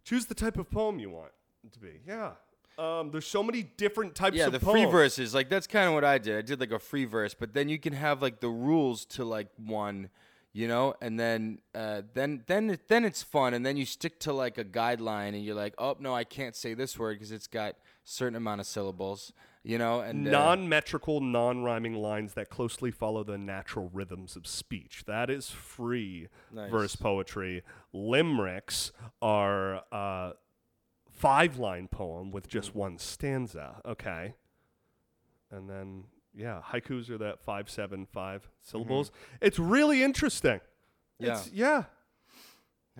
S2: Choose the type of poem you want it to be. Yeah. Um, there's so many different types
S1: Yeah,
S2: of
S1: the
S2: poems.
S1: free verses, like that's kind of what I did. I did like a free verse, but then you can have like the rules to like one, you know, and then uh, then then it- then it's fun, and then you stick to like a guideline, and you're like, oh no, I can't say this word because it's got certain amount of syllables, you know, and uh,
S2: Non-metrical, non-rhyming lines that closely follow the natural rhythms of speech. That is free
S1: Nice.
S2: verse poetry. Limericks are uh, five-line poem with just one stanza. Okay, and then yeah, haikus are that five, seven, five syllables. It's really interesting. It's, yeah,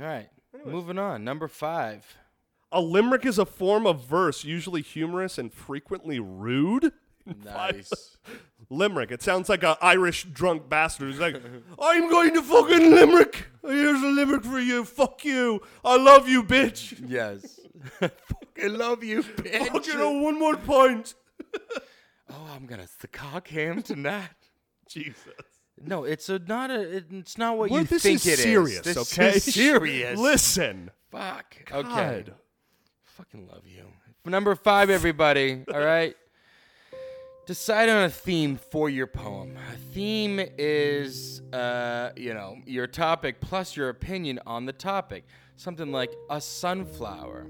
S1: all right, moving on. Number five.
S2: A limerick is a form of verse, usually humorous and frequently rude.
S1: Nice.
S2: Limerick. It sounds like an Irish drunk bastard who's like, I'm going to fucking limerick. Here's a limerick for you. Fuck you. I love you, bitch.
S1: yes. I love you, bitch.
S2: Fucking oh, one more point.
S1: Oh, I'm gonna the cock him tonight.
S2: Jesus.
S1: No, it's a not a. it- It's not what
S2: Well,
S1: you
S2: this
S1: think
S2: is
S1: it is.
S2: serious,
S1: This
S2: okay?
S1: is serious.
S2: Listen.
S1: Fuck. Okay.
S2: God.
S1: Fucking love you. Number five, everybody. all right. Decide on a theme for your poem. A theme is, uh, you know, your topic plus your opinion on the topic. Something like a sunflower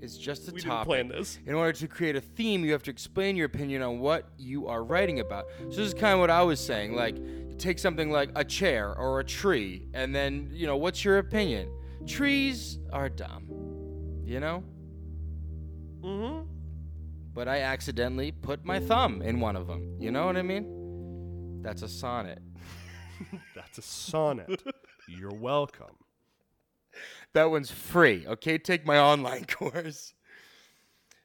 S1: is just a
S2: We didn't
S1: topic.
S2: plan this.
S1: In order to create a theme, you have to explain your opinion on what you are writing about. So this is kind of what I was saying. Like, take something like a chair or a tree, and then you know, what's your opinion? Trees are dumb, you know.
S2: Mm-hmm.
S1: But I accidentally put my thumb in one of them. You know what I mean? That's a sonnet.
S2: That's a sonnet. You're welcome.
S1: That one's free. Okay, take my online course.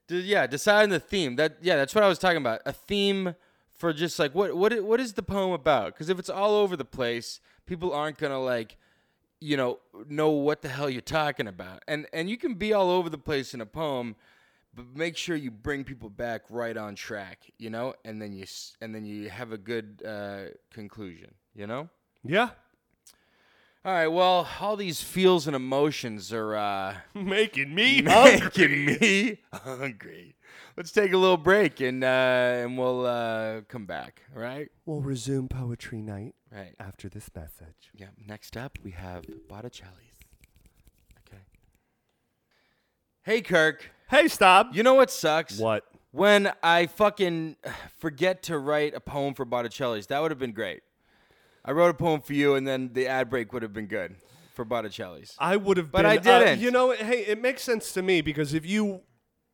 S1: D- yeah, decide on the theme. That yeah, that's what I was talking about. A theme for just like what what i- what is the poem about? Because if it's all over the place, people aren't gonna like, you know, know what the hell you're talking about. And and you can be all over the place in a poem, but make sure you bring people back right on track. You know, and then you s- and then you have a good uh, conclusion. You know.
S2: Yeah.
S1: All right. Well, all these feels and emotions are. Uh,
S2: Making me hungry.
S1: making me hungry. Let's take a little break and uh, and we'll uh, come back. all Right?
S8: We'll resume poetry night
S1: Right.
S8: after this message.
S1: Yeah. Next up, we have Botticelli's. Okay. Hey, Kirk.
S2: Hey, stop.
S1: You know what sucks?
S2: What?
S1: When I fucking forget to write a poem for Botticelli's, that would have been great. I wrote a poem for you, and then the ad break would have been good for Botticelli's.
S2: I would have,
S1: But
S2: been,
S1: I
S2: uh,
S1: didn't.
S2: you know, hey, it makes sense to me because if you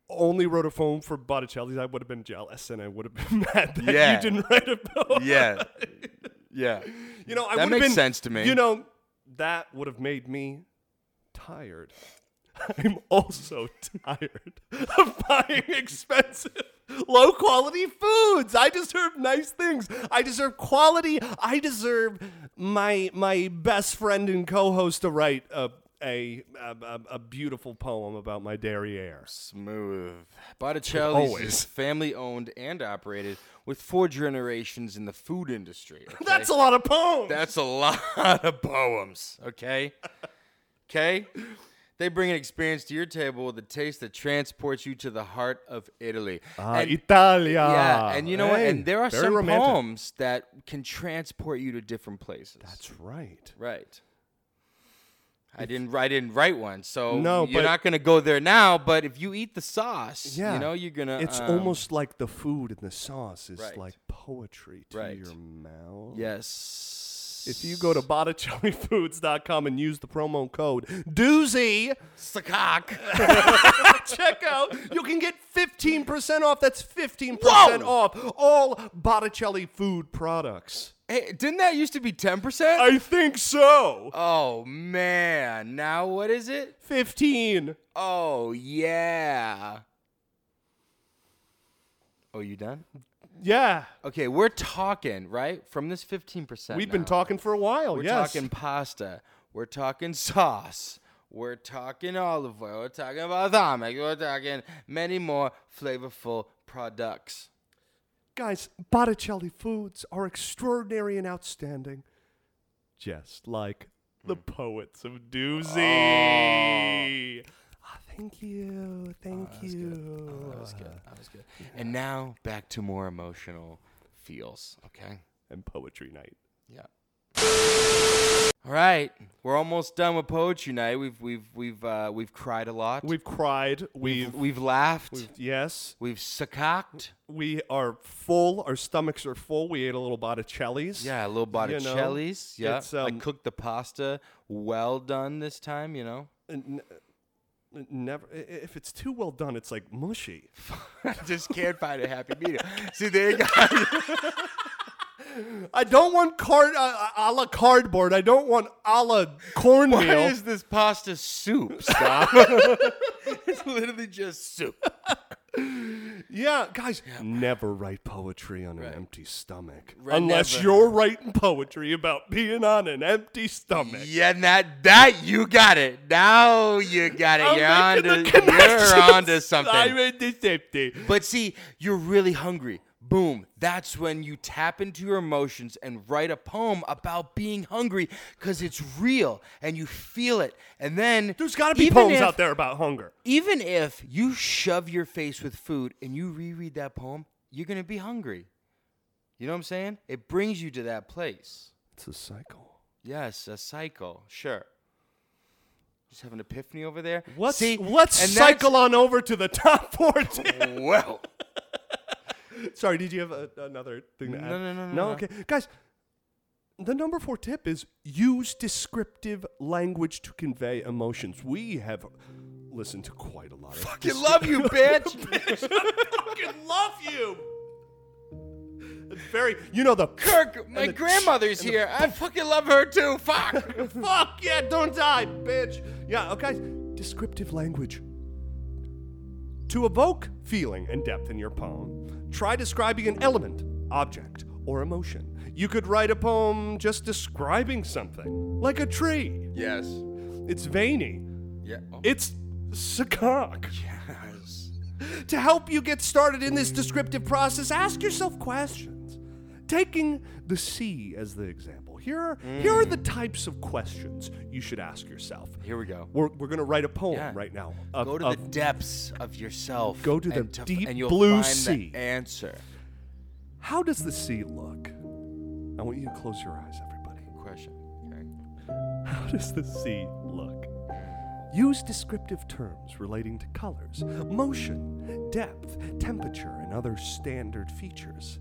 S2: only wrote a poem for Botticelli's, I would have been jealous and I would have been mad that
S1: Yeah.
S2: you didn't write a poem.
S1: Yeah. yeah.
S2: you know, I
S1: That
S2: would have
S1: makes
S2: been,
S1: sense to me.
S2: You know, that would have made me tired. I'm also tired of buying expensive, low quality foods. I deserve nice things. I deserve quality. I deserve my my best friend and co-host to write a a a, a, a beautiful poem about my derriere.
S1: Smooth. Botticelli's is
S2: Always.
S1: family owned and operated with four generations in the food industry. okay?
S2: That's a lot of poems.
S1: That's a lot of poems, okay? Okay? They bring an experience to your table with a taste that transports you to the heart of Italy.
S2: Ah,
S1: And-
S2: Italia.
S1: yeah, and you know what?
S2: Hey,
S1: And there are
S2: very
S1: some
S2: romantic.
S1: poems that can transport you to different places.
S2: That's right.
S1: Right. I didn't. I didn't write one, so
S2: No,
S1: you're
S2: but-
S1: not gonna go there now. But if you eat the sauce,
S8: Yeah.
S1: you know you're gonna.
S8: It's
S1: um,
S8: almost like the food and the sauce is
S1: Right.
S8: like poetry to
S1: Right.
S8: your mouth.
S1: yes.
S2: If you go to BotticelliFoods.com and use the promo code DOOZY,
S1: Sakak,
S2: check out, you can get 15% off. That's 15%
S1: Whoa!
S2: off all Botticelli food products.
S1: hey, didn't that used to be ten percent?
S2: I think so.
S1: Oh man, now what is it?
S2: 15.
S1: Oh yeah. Oh, you done?
S2: Yeah.
S1: Okay, we're talking right from this fifteen percent.
S2: We've been talking for a while.
S1: We're
S2: yes.
S1: talking pasta. We're talking sauce. We're talking olive oil. We're talking balsamic. We're talking many more flavorful products.
S8: Guys, Botticelli foods are extraordinary and outstanding.
S2: just like the
S1: Hmm.
S2: poets of
S1: Oh.
S2: doozy.
S8: Ah, thank you.
S1: Ah,
S8: Thank you.
S1: That was good. That was good. And now back to more emotional feels. Okay.
S2: And poetry night.
S1: Yeah. All right, we're almost done with poetry night. We've we've we've uh, we've cried a lot.
S2: We've cried. We've,
S1: we've, we've laughed. We've,
S2: yes.
S1: succocked.
S2: We are full. Our stomachs are full. We ate a little Botticelli's.
S1: Yeah, a little
S2: You know,
S1: Botticelli's. yeah,
S2: it's,
S1: I
S2: um,
S1: cooked the pasta well done this time. You know,
S2: N- n- never. i- If it's too well done, it's like mushy.
S1: I just can't find a happy medium. See, there you go.
S2: I don't want card uh, a la cardboard. I don't want a la cornmeal.
S1: What is this pasta soup, Stop. it's literally just soup.
S2: Yeah, guys, never write poetry on an empty stomach.
S1: Right,
S2: Unless
S1: never.
S2: you're writing poetry about being on an empty stomach.
S1: Yeah, that that you got it. Now you got it.
S2: I'm
S1: you're on to
S2: making the
S1: you're
S2: connections.
S1: on to something.
S2: I'm in the safety.
S1: But see, you're really hungry. Boom. That's when you tap into your emotions and write a poem about being hungry because it's real and you feel it. And then
S2: There's got to be
S1: even
S2: poems
S1: if-
S2: out there about hunger.
S1: Even if you shove your face with food and you reread that poem, you're going to be hungry. You know what I'm saying? It brings you to that place.
S8: It's a cycle.
S1: Yes, a cycle. Sure. Just have an epiphany over there.
S2: Let's,
S1: See,
S2: let's
S1: and that's-
S2: cycle on over to the top 14.
S1: Well,
S2: Sorry, did you have a, another thing to add?
S1: No, no, no, no,
S2: No,
S1: no.
S2: okay. Guys, the number four tip is use descriptive language to convey emotions. We have listened to quite a lot of
S1: fucking love you, bitch.
S2: fucking love you. It's very, you know the
S1: Kirk, my
S2: the-
S1: grandmother's here. I fucking love her too. Fuck.
S2: fuck yeah, don't die, bitch. Yeah, okay. Descriptive language. To evoke feeling and depth in your poem, try describing an element, object, or emotion. You could write a poem just describing something, like a tree.
S9: Yes.
S2: It's veiny.
S9: Yeah.
S1: Oh,
S2: It's sakak.
S9: Yes.
S2: To help you get started in this descriptive process, ask yourself questions. Taking the sea as the example, here are, here are the
S1: Mm.
S2: types of questions you should ask yourself.
S1: Here we go.
S2: We're, we're going to write a poem
S1: Yeah.
S2: right now. of-
S1: Go to
S2: of-
S1: the depths of yourself.
S2: Go to the
S1: and
S2: deep
S1: and you'll
S2: blue
S1: find
S2: sea.
S1: The answer.
S2: How does the sea look? I want you to close your eyes, everybody.
S1: Question. Okay.
S2: How does the sea look? Use descriptive terms relating to colors, motion, depth, temperature, and other standard features.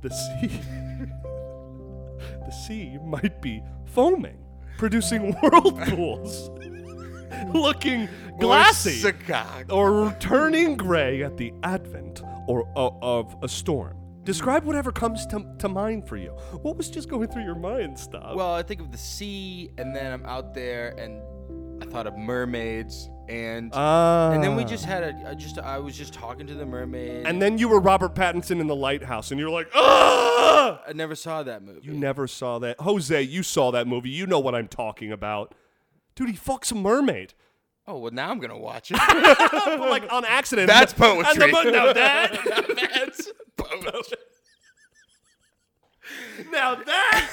S2: The sea The sea might be foaming, producing whirlpools, looking glassy,
S1: Or Sakak.
S2: or turning gray at the advent or o- of a storm. Describe whatever comes to, to mind for you. What was just going through your mind, Stop?
S1: Well, I think of the sea, and then I'm out there, and I thought of mermaids, and
S2: Ah.
S1: and then we just had a, a just I was just talking to the mermaid.
S2: And then you were Robert Pattinson in The Lighthouse, and you're like, ah!
S1: I never saw that movie.
S2: You never saw that. Jose, you saw that movie. You know what I'm talking about. Dude, he fucks a mermaid.
S1: oh well, now I'm gonna watch it.
S2: But, like on accident.
S9: That's
S2: And the-
S9: poetry.
S2: And the, now that,
S1: That's poetry.
S2: now that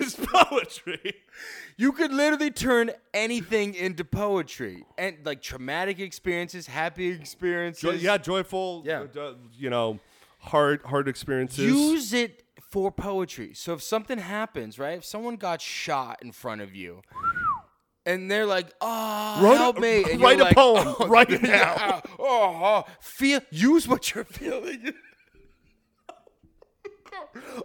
S2: is poetry.
S1: You could literally turn anything into poetry, and like traumatic experiences, happy experiences.
S2: Joy, yeah, joyful.
S1: Yeah.
S2: uh, uh, you know, hard, hard experiences.
S1: use it for poetry. So if something happens, right? If someone got shot in front of you, and they're like, "Oh,
S2: Wrote a-
S1: help me!" and
S2: write
S1: you're
S2: a
S1: like,
S2: poem
S1: "Oh,
S2: right
S1: yeah, Oh, oh, feel. Use what you're feeling.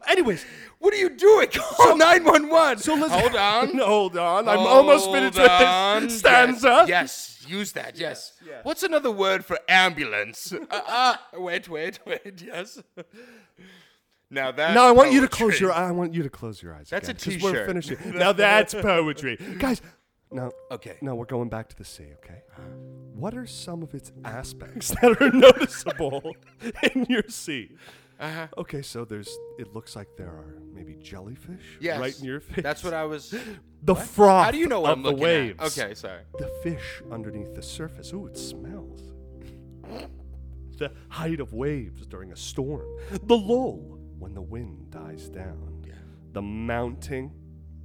S2: Anyways,
S1: What are you doing? Call nine one one.
S2: so let's
S1: hold on.
S2: hold on. I'm
S1: Hold
S2: almost finished
S1: on.
S2: with this stanza.
S1: Yes, yes, use that. Yes. What's another word for ambulance? uh, uh, wait, wait, wait. Yes. Now that.
S2: Now I want you to close your. I want you to close your eyes.
S1: That's
S2: again,
S1: a
S2: 'cause We're
S1: t-shirt.
S2: finishing. now that's poetry, guys.
S8: No.
S1: Okay.
S8: No, we're going back to the sea, okay? What are some of its aspects?
S2: that are noticeable in your sea.
S1: Uh-huh.
S8: Okay, so there's it looks like there are maybe jellyfish.
S1: Yes.
S2: Right in your face.
S1: That's what I was.
S8: The froth.
S1: How do you know what
S2: Of
S1: I'm
S2: the
S1: looking
S2: waves.
S1: at? Okay, sorry.
S8: the fish underneath the surface? Ooh, it smells.
S2: The
S8: height of waves during a storm, the lull when the wind dies down, the mounting.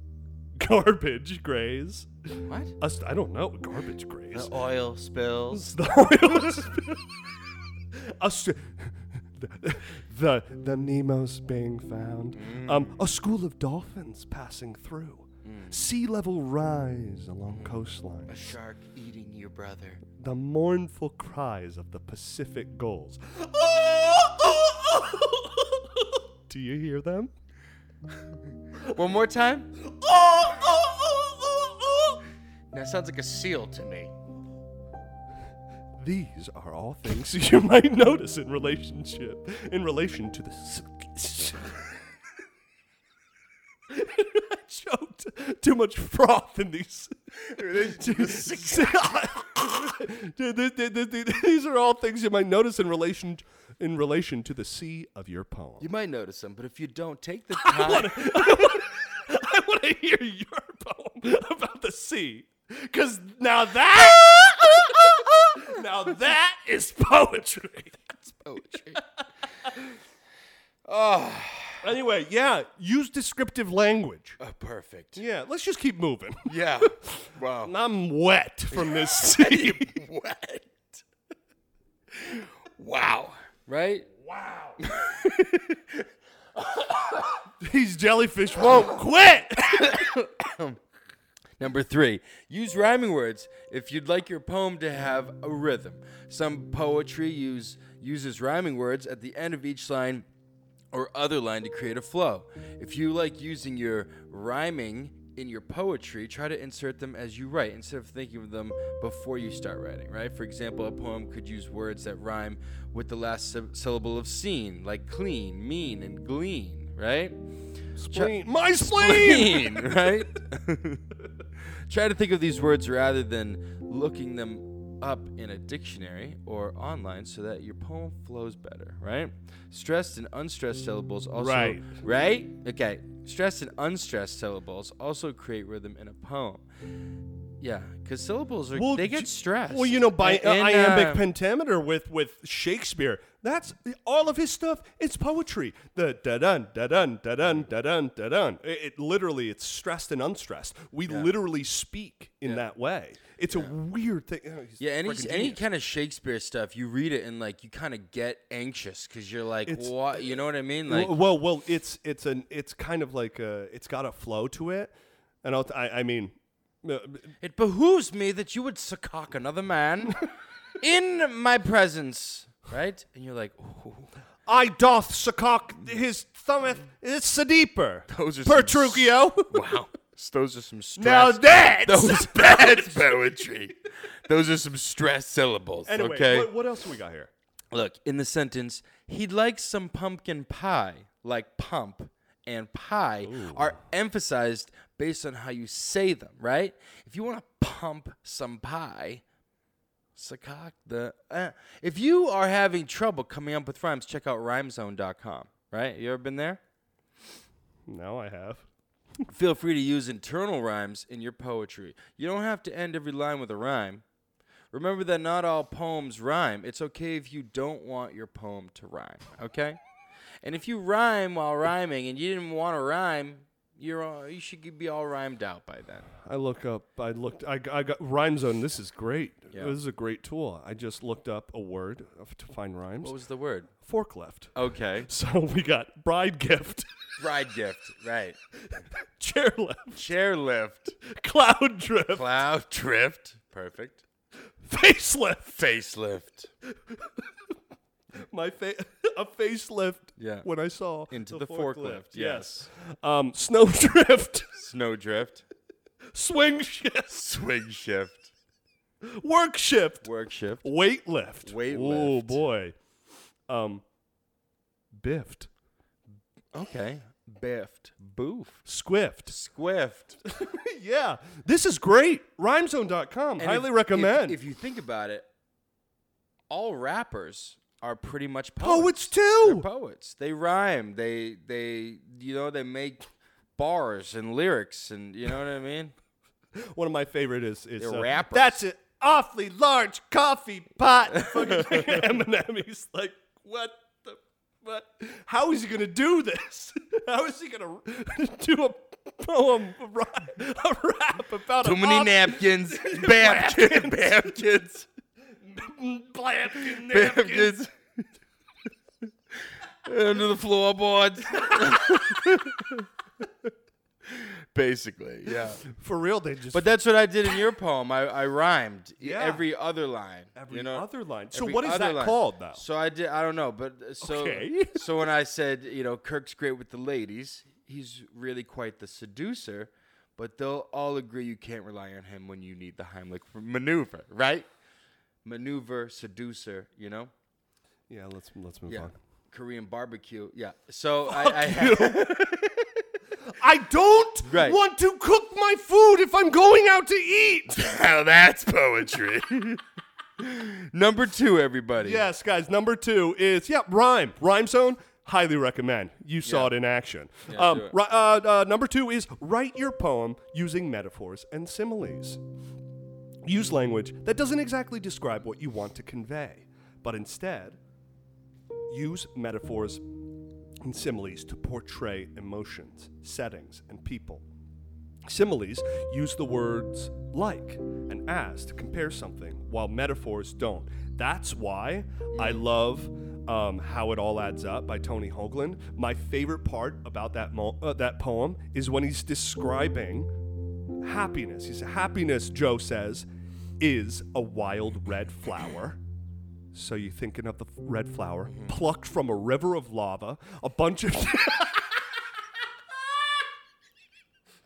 S2: garbage grays.
S1: What?
S2: I st- I don't know. Garbage grays.
S1: The oil spills.
S2: The oils.
S8: A st- the, the, the Nemo's being found, um, a school of dolphins passing through, sea level rise along coastline,
S1: A shark eating your brother.
S8: the mournful cries of the Pacific gulls. Do you hear them?
S1: One more time. That sounds like a seal to me.
S8: These are all things
S2: So you might notice in relationship, in relation to the. s- I choked. Too much froth in these. Dude, th- th- th- th- these are all things you might notice in relation in relation to the sea of your poem.
S1: You might notice them, but if you don't take the time,
S2: I want to hear your poem about the sea. Because now that. now that is poetry.
S1: poetry.
S2: Anyway, yeah, use descriptive language.
S1: Oh, perfect.
S2: Yeah, let's just keep moving.
S1: Yeah. Wow.
S2: I'm wet from this sea.
S1: What? Wow. Right?
S2: These jellyfish won't quit.
S1: Number three, use rhyming words if you'd like your poem to have a rhythm. Some poetry use, uses rhyming words at the end of each line or other line to create a flow. If you like using your rhyming in your poetry, try to insert them as you write instead of thinking of them before you start writing, right? For example, a poem could use words that rhyme with the last sub- syllable of scene, like clean, mean, and glean, right?
S2: Spleen. My
S1: Clean,
S2: spleen.
S1: right? Try to think of these words rather than looking them up in a dictionary or online so that your poem flows better, right? Stressed and unstressed syllables also
S2: Right.
S1: right? Okay. Stressed and unstressed syllables also create rhythm in a poem. Yeah, because syllables are
S2: Well,
S1: they get
S2: j-
S1: stressed.
S2: Well, you know, by
S1: A-
S2: uh,
S1: and,
S2: iambic
S1: uh,
S2: pentameter with with Shakespeare, that's all of his stuff. It's poetry. The da dun da dun da dun da dun da dun. It, it literally, it's stressed and unstressed. We literally speak in that way. It's a weird thing. Oh, he's
S1: Yeah, any
S2: freaking
S1: any
S2: genius.
S1: kind of Shakespeare stuff, you read it and like you kind of get anxious because you're like,
S2: It's-
S1: what? You know what I mean?
S2: Well-
S1: Like,
S2: well, well, it's it's an it's kind of like a it's got a flow to it, and I'll t- I, I mean, uh,
S1: It behooves me that you would succock another man in my presence, right? And you're like, ooh.
S2: I doth succock his thumbeth. It's a deeper.
S9: Those are some
S2: Petruchio.
S9: Wow. Those are some stress.
S2: now that's
S9: those that's poetry. Those are some stress syllables.
S2: Anyway,
S9: okay.
S2: what, what else we got here?
S1: Look, in the sentence, he likes some pumpkin pie, like pump and pie are emphasized based on how you say them, right? If you want to pump some pie, succock the. Uh. If you are having trouble coming up with rhymes, check out rhymezone.com, right? You ever been there?
S2: Now I have.
S1: Feel free to use internal rhymes in your poetry. You don't have to end every line with a rhyme. Remember that not all poems rhyme. It's okay if you don't want your poem to rhyme, okay? And if you rhyme while rhyming and you didn't want to rhyme, you're all, you should be all rhymed out by then.
S2: I look up. I looked. I, g- I got rhyme zone. This is great.
S1: Yeah.
S2: This is a great tool. I just looked up a word of- to find rhymes.
S1: What was the word?
S2: Forklift.
S1: Okay.
S2: So we got bride gift,
S1: Bride gift. Right.
S2: chairlift,
S1: Chairlift.
S2: cloud drift,
S1: Cloud drift. Perfect.
S2: facelift.
S1: Facelift.
S2: My fa- a facelift.
S1: Yeah.
S2: When I saw
S1: Into the forklift, yes.
S2: Um, snow drift,
S1: Snow drift.
S2: swing shift,
S9: Swing shift.
S2: work shift,
S1: Work shift.
S2: weight lift.
S1: Weight
S2: Oh
S1: lift.
S2: boy. Um, biffed.
S1: Okay.
S9: biffed, boofed,
S2: Squift.
S1: squiffed.
S2: yeah. This is great. Rhymezone.com.
S1: And
S2: Highly
S1: if-
S2: recommend.
S1: If, if you think about it, all rappers are pretty much poets.
S2: Poets
S1: They're
S2: too.
S1: poets. They rhyme. They they you know they make bars and lyrics and you know what I mean.
S2: One of my favorite is is
S1: They're rappers.
S2: That's an awfully large coffee pot. Fucking Eminem. He's like, what the what? How is he gonna do this? How is he gonna do a poem, a rap, a rap about
S1: Too
S2: a
S1: many
S2: op-
S1: napkins, babkins, babkins,
S2: Blamkin
S1: babkins.
S2: napkins?
S1: Under the floorboards.
S9: basically. Yeah.
S2: For real, they just
S1: But that's what I did in your poem. I, I rhymed e-,
S2: Yeah.
S1: every other line.
S2: every
S1: you know?
S2: other line. So
S1: Every
S2: what is
S1: other
S2: that
S1: line.
S2: called though?
S1: So I did. I don't know, but uh, so
S2: Okay.
S1: so when I said you know Kirk's great with the ladies, he's really quite the seducer, but they'll all agree you can't rely on him when you need the Heimlich maneuver, right? Maneuver, seducer, you know.
S2: Yeah, let's let's move
S1: Yeah.
S2: on.
S1: Korean barbecue, yeah. So I, I had,
S2: I don't
S1: Right.
S2: want to cook my food if I'm going out to eat.
S9: Now that's poetry.
S1: number two, everybody.
S2: yes, guys. Number two is yeah, rhyme. Rhyme zone. Highly recommend. You saw
S1: Yeah.
S2: it in action.
S1: Yeah,
S2: um,
S1: do it.
S2: ri- uh, uh, number two is write your poem using metaphors and similes. Use language that doesn't exactly describe what you want to convey, but instead use metaphors and similes to portray emotions, settings, and people. Similes use the words like and as to compare something, while metaphors don't. That's why I love um, "How It All Adds Up" by Tony Hoagland. My favorite part about that mo- uh, that poem is when he's describing happiness. He's happiness. Joe says, is a wild red flower. So you thinking of the f- red flower plucked from a river of lava? A bunch of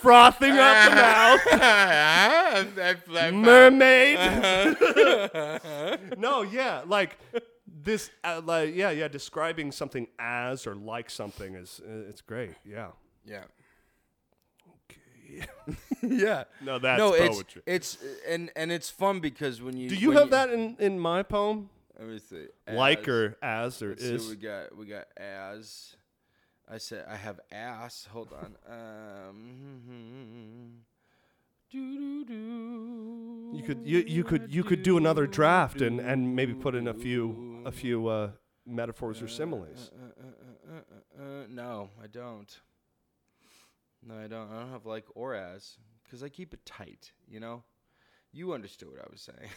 S2: frothing up the mouth.
S1: I, I-
S2: Mm.
S1: I-
S2: mermaid.
S1: Uh-huh.
S2: no, yeah, like this, uh, like yeah, yeah. Describing something as or like something is uh, it's great. Yeah,
S1: yeah. Okay. yeah.
S2: no, that's
S1: no, it's
S2: poetry.
S1: it's uh, and and it's fun because when you
S2: Do you
S1: when
S2: have that in in my poem?
S1: Let me see.
S2: Like
S1: As-
S2: or as or
S1: Let's see,
S2: is?
S1: we got we got as. I said I have ass. Hold on. Um. Do do do.
S2: You could you you could you could do another draft and and maybe put in a few a few uh, metaphors or similes.
S1: Uh, uh, uh, uh, uh, uh, no, I don't. No, I don't. I don't have like or as because I keep it tight. You know, you understood what I was saying.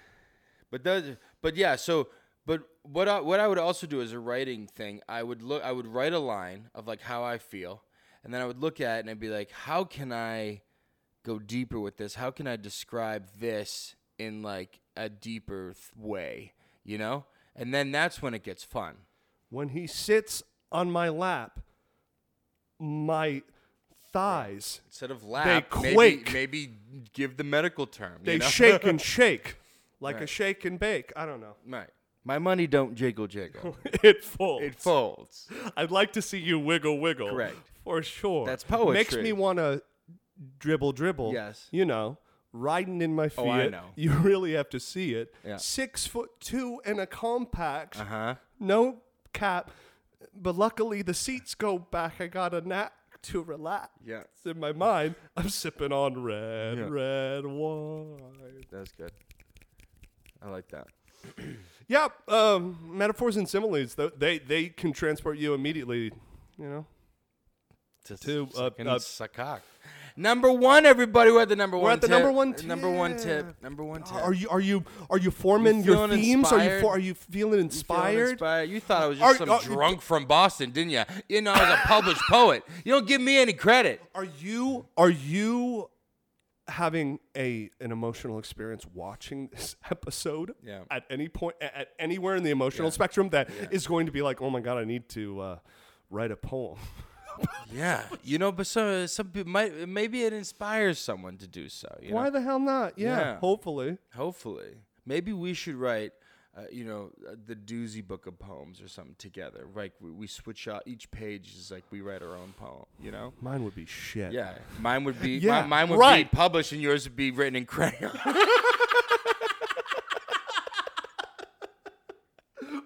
S1: but that, but yeah. So, but what I, what I would also do as a writing thing, I would look. I would write a line of like how I feel, and then I would look at it and I'd be like, how can I go deeper with this? How can I describe this in like a deeper th- way? You know, and then that's when it gets fun.
S2: When he sits on my lap, my thighs
S1: Instead of lap,
S2: quake.
S1: Maybe, maybe give the medical term.
S2: They
S1: you know?
S2: shake and shake like a
S1: Right.
S2: shake and bake. I don't know.
S1: Right. My money don't jiggle jiggle.
S2: It folds.
S1: it folds.
S2: I'd like to see you wiggle wiggle.
S1: Correct.
S2: For sure.
S1: That's
S2: Makes
S1: poetry.
S2: me want to dribble dribble.
S1: Yes.
S2: You know, riding in my feet.
S1: Oh, I know.
S2: You really have to see it.
S1: Yeah.
S2: Six foot two and a compact.
S1: Uh huh.
S2: No cap. But luckily the seats go back. I got a nap to relax.
S1: Yeah.
S2: It's in my mind. I'm sipping on red, red wine.
S1: That's good. I like that.
S2: Yeah, um, metaphors and similes tho- they they can transport you immediately. You know, To, uh,
S1: sucking
S2: uh,
S1: suckcock. Number one, everybody. We're at the number one.
S2: We're at the
S1: tip.
S2: number one
S1: Number one
S2: tip. Oh,
S1: tip. Number one tip.
S2: are you are you are you forming
S1: You
S2: your
S1: feeling
S2: themes? Are you
S1: inspired?
S2: for, are you feeling
S1: You feeling
S2: inspired?
S1: inspired? You thought I was just
S2: Are-
S1: some
S2: are-
S1: drunk from Boston, didn't you? You know, I was a published poet. You don't give me any credit.
S2: Are you are you having a an emotional experience watching this episode?
S1: Yeah.
S2: At any point, a- at anywhere in the emotional spectrum, that is going to be like, oh my god, I need to uh, write a poem.
S1: Yeah, you know, but some some people might maybe it inspires someone to do so. You
S2: Why
S1: know?
S2: the hell not? Yeah,
S1: Yeah.
S2: hopefully.
S1: Hopefully, maybe we should write uh, you know, uh, the doozy book of poems or something together. Like we, we switch out each page is like we write our own poem. You know.
S8: Mine would be shit.
S1: Yeah, mine would be
S8: Yeah,
S1: mi- mine would
S8: right.
S1: be published, and yours would be written in crayon.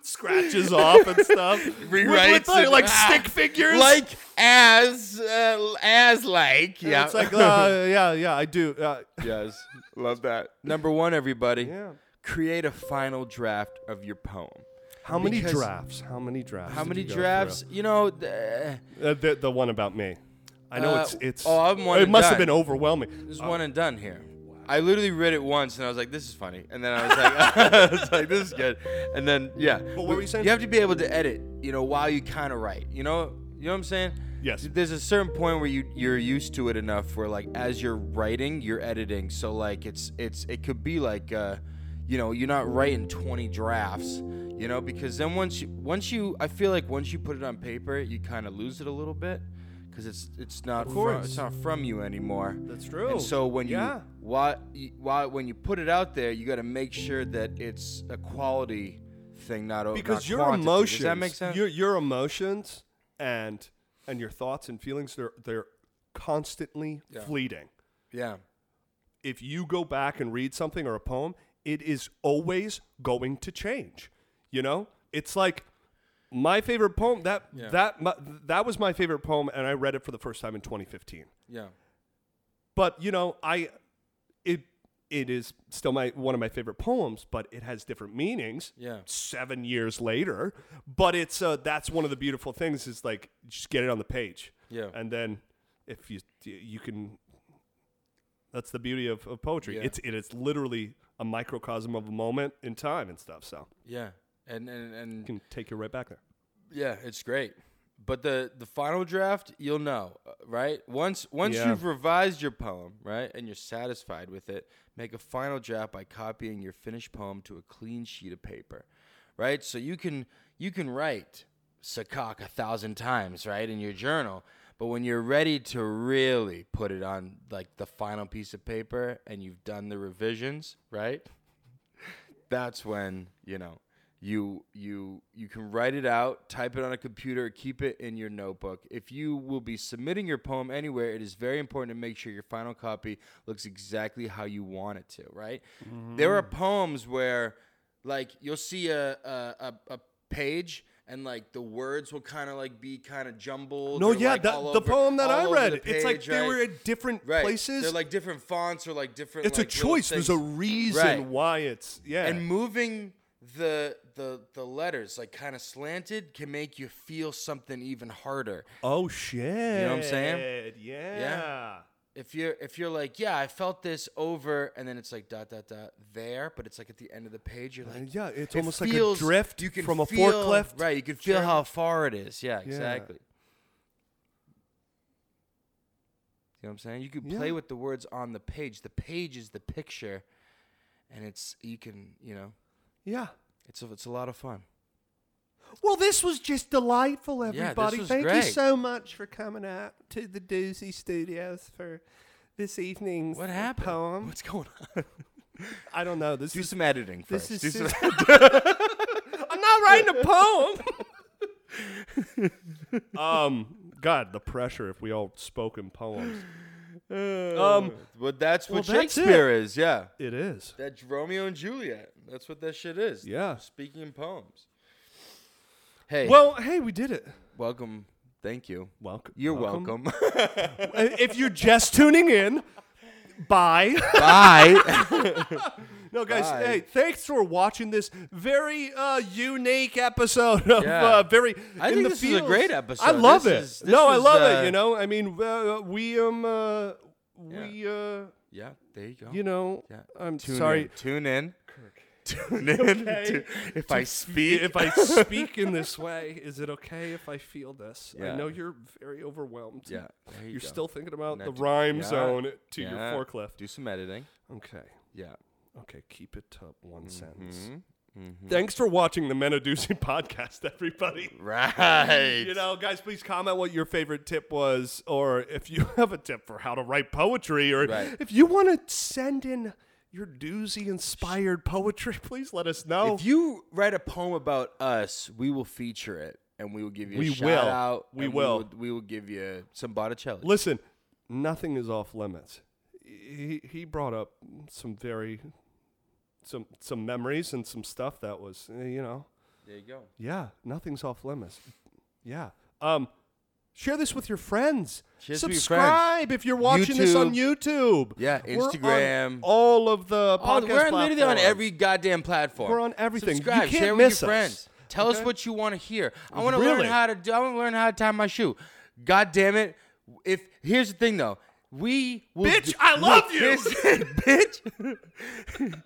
S2: Scratches off and stuff.
S1: Rewrites
S2: With- with, like,
S1: and-
S2: like
S1: ah.
S2: stick figures.
S1: like as uh, as like yeah
S2: It's like, uh, yeah, yeah, I do. Uh,
S1: yes love that number one everybody
S2: Yeah.
S1: create a final draft of your poem
S2: how many
S1: Because-
S2: drafts? How many drafts?
S1: how
S2: did
S1: many
S2: you go through?
S1: drafts you know th-
S2: Uh, the, the one about me. I know
S1: Uh,
S2: it's it's.
S1: oh, I'm one
S2: it
S1: and
S2: must have
S1: done.
S2: been overwhelming.
S1: there's one and done here Uh, I literally read it once and I was like, "This is funny," and then I was like, "I was like, this is good," and then yeah. But
S2: what were you saying?
S1: You have to be able to edit, you know, while you kind of write. You know, you know what I'm saying?
S2: Yes.
S1: There's a certain point where you you're used to it enough where like as you're writing, you're editing. So like it's it's it could be like, uh, you know, you're not writing 20 drafts, you know, because then once you once you I feel like once you put it on paper, you kind of lose it a little bit. Because it's it's not from,
S2: course.
S1: it's not from you anymore.
S2: That's true.
S1: And so when
S2: Yeah.
S1: you why, why when you put it out there, you got to make sure that it's a quality thing, not o-
S2: because
S1: not
S2: your
S1: quantity.
S2: emotions,
S1: Does that make sense?
S2: Your your emotions and and your thoughts and feelings they're they're constantly fleeting.
S1: yeah,
S2: If you go back and read something or a poem, it is always going to change. You know, it's like my favorite poem that that my, that was my favorite poem, and I read it for the first time in 2015.
S1: yeah,
S2: but you know i it it is still my one of my favorite poems but it has different meanings
S1: Yeah.
S2: seven years later but it's uh that's one of the beautiful things is like just get it on the page
S1: Yeah.
S2: and then if you you can that's the beauty of, of poetry
S1: Yeah.
S2: it's it is literally a microcosm of a moment in time and stuff so
S1: yeah, and and and
S2: you can take you right back there
S1: yeah, it's great. But the the final draft, you'll know, uh, right? Once once
S2: Yeah.
S1: you've revised your poem, right, and you're satisfied with it, make a final draft by copying your finished poem to a clean sheet of paper, right? So you can you can write Sakak a thousand times, right, in your journal. But when you're ready to really put it on like the final piece of paper and you've done the revisions, right? That's when, you know, you you you can write it out, type it on a computer, keep it in your notebook. If you will be submitting your poem anywhere, it is very important to make sure your final copy looks exactly how you want it to, right? There are
S2: Mm-hmm.
S1: poems where like you'll see a a, a, a page and like the words will kind of like be kind of jumbled.
S2: no
S1: or,
S2: yeah
S1: like,
S2: that,
S1: all
S2: the
S1: over-
S2: poem that
S1: all
S2: i
S1: over
S2: read
S1: the
S2: it's like
S1: page,
S2: they
S1: right?
S2: were at different
S1: Right.
S2: places
S1: They're like different fonts or like different.
S2: it's
S1: like,
S2: a
S1: little
S2: choice there's a
S1: things.
S2: reason
S1: Right.
S2: why it's yeah
S1: and moving the the the letters like kind of slanted can make you feel something even harder.
S2: Oh shit! You
S1: know what I'm saying?
S2: Yeah.
S1: If you're if you're like, yeah, I felt this over, and then it's like dot dot dot there, but it's like at the end of the page, you're like,
S2: yeah, it's
S1: it
S2: almost like a
S1: feels-
S2: drift
S1: you can
S2: from a
S1: feel-
S2: forklift.
S1: Right, you can feel how far it is. Yeah, exactly. You know what I'm saying? You can play
S2: Yeah.
S1: with the words on the page. The page is the picture, and it's you can you know
S2: Yeah.
S1: it's a, it's a lot of fun.
S2: Well, this was just delightful,
S1: this
S2: everybody.
S1: was
S2: Thank you
S1: great.
S2: so much for coming out to the Doozy Studios for this evening's
S1: What happened?
S2: poem.
S1: What's going on?
S2: I don't know. This
S1: Do
S2: is
S1: some editing
S2: this
S1: first.
S2: is.
S1: Do some-
S2: just- I'm not writing a poem. um, God, the pressure if we all spoke in poems. Um,
S1: well, that's what
S2: Well, that's it.
S1: Shakespeare is. Yeah,
S2: it is.
S1: that's Romeo and Juliet. That's what that shit is.
S2: Yeah.
S1: speaking in poems. Hey,
S2: Well, hey, we did it.
S1: welcome. Thank you.
S2: Welcome.
S1: You're welcome.
S2: Uh, if you're just tuning in, bye.
S1: Bye.
S2: no, guys,
S1: Bye.
S2: hey, thanks for watching this very uh, unique episode of
S1: Yeah.
S2: uh, very.
S1: I
S2: in
S1: think
S2: the
S1: this was a
S2: fields.
S1: great episode.
S2: I love
S1: This
S2: it.
S1: is- this
S2: no, I
S1: was,
S2: love
S1: uh,
S2: it. You know, I mean, uh, we um, uh, we uh,
S1: yeah, there you go.
S2: you know,
S1: Yeah.
S2: I'm
S1: Tune
S2: sorry.
S1: In. Tune in. Tune in. to- if I speak,
S2: If I speak in this way, is it okay if I feel this? I
S1: Yeah.
S2: know you're very overwhelmed.
S1: Yeah, there you
S2: You're
S1: go.
S2: still thinking about the
S1: Not-
S2: rhyme
S1: yeah,
S2: zone to
S1: yeah,
S2: your forklift.
S1: do some editing.
S2: Okay.
S1: Yeah.
S2: Okay, keep it to one
S1: Mm-hmm.
S2: sentence. Thanks for watching the Menaducey podcast, everybody.
S1: Right.
S2: You know, guys, please comment what your favorite tip was, or if you have a tip for how to write poetry, or
S1: Right.
S2: if you want to send in your doozy inspired poetry, please let us know.
S1: If you write a poem about us, we will feature it and we will give you a
S2: We
S1: shout
S2: will.
S1: out.
S2: We
S1: and
S2: will.
S1: We will, we will give you some Botticelli.
S2: Listen, nothing is off limits. He he brought up some very some some memories and some stuff that was eh, you know
S1: There you go.
S2: yeah nothing's off limits. Yeah. Um, share this with your friends.
S1: Share this with your friends.
S2: Subscribe if you're watching this on YouTube.
S1: Yeah,
S2: We're on
S1: Instagram.
S2: all of the
S1: Oh,
S2: podcast
S1: we're on literally on
S2: platforms.
S1: every goddamn platform.
S2: We're on everything. You
S1: Subscribe,
S2: can't
S1: share with
S2: miss
S1: your
S2: us.
S1: friends. Tell us
S2: Okay?
S1: what you want to hear. I want to
S2: Really?
S1: learn how to do. I want to learn how to tie my shoe. God damn it! If here's the thing though, we will
S2: Bitch,
S1: do-
S2: I love you.
S1: here's the- bitch.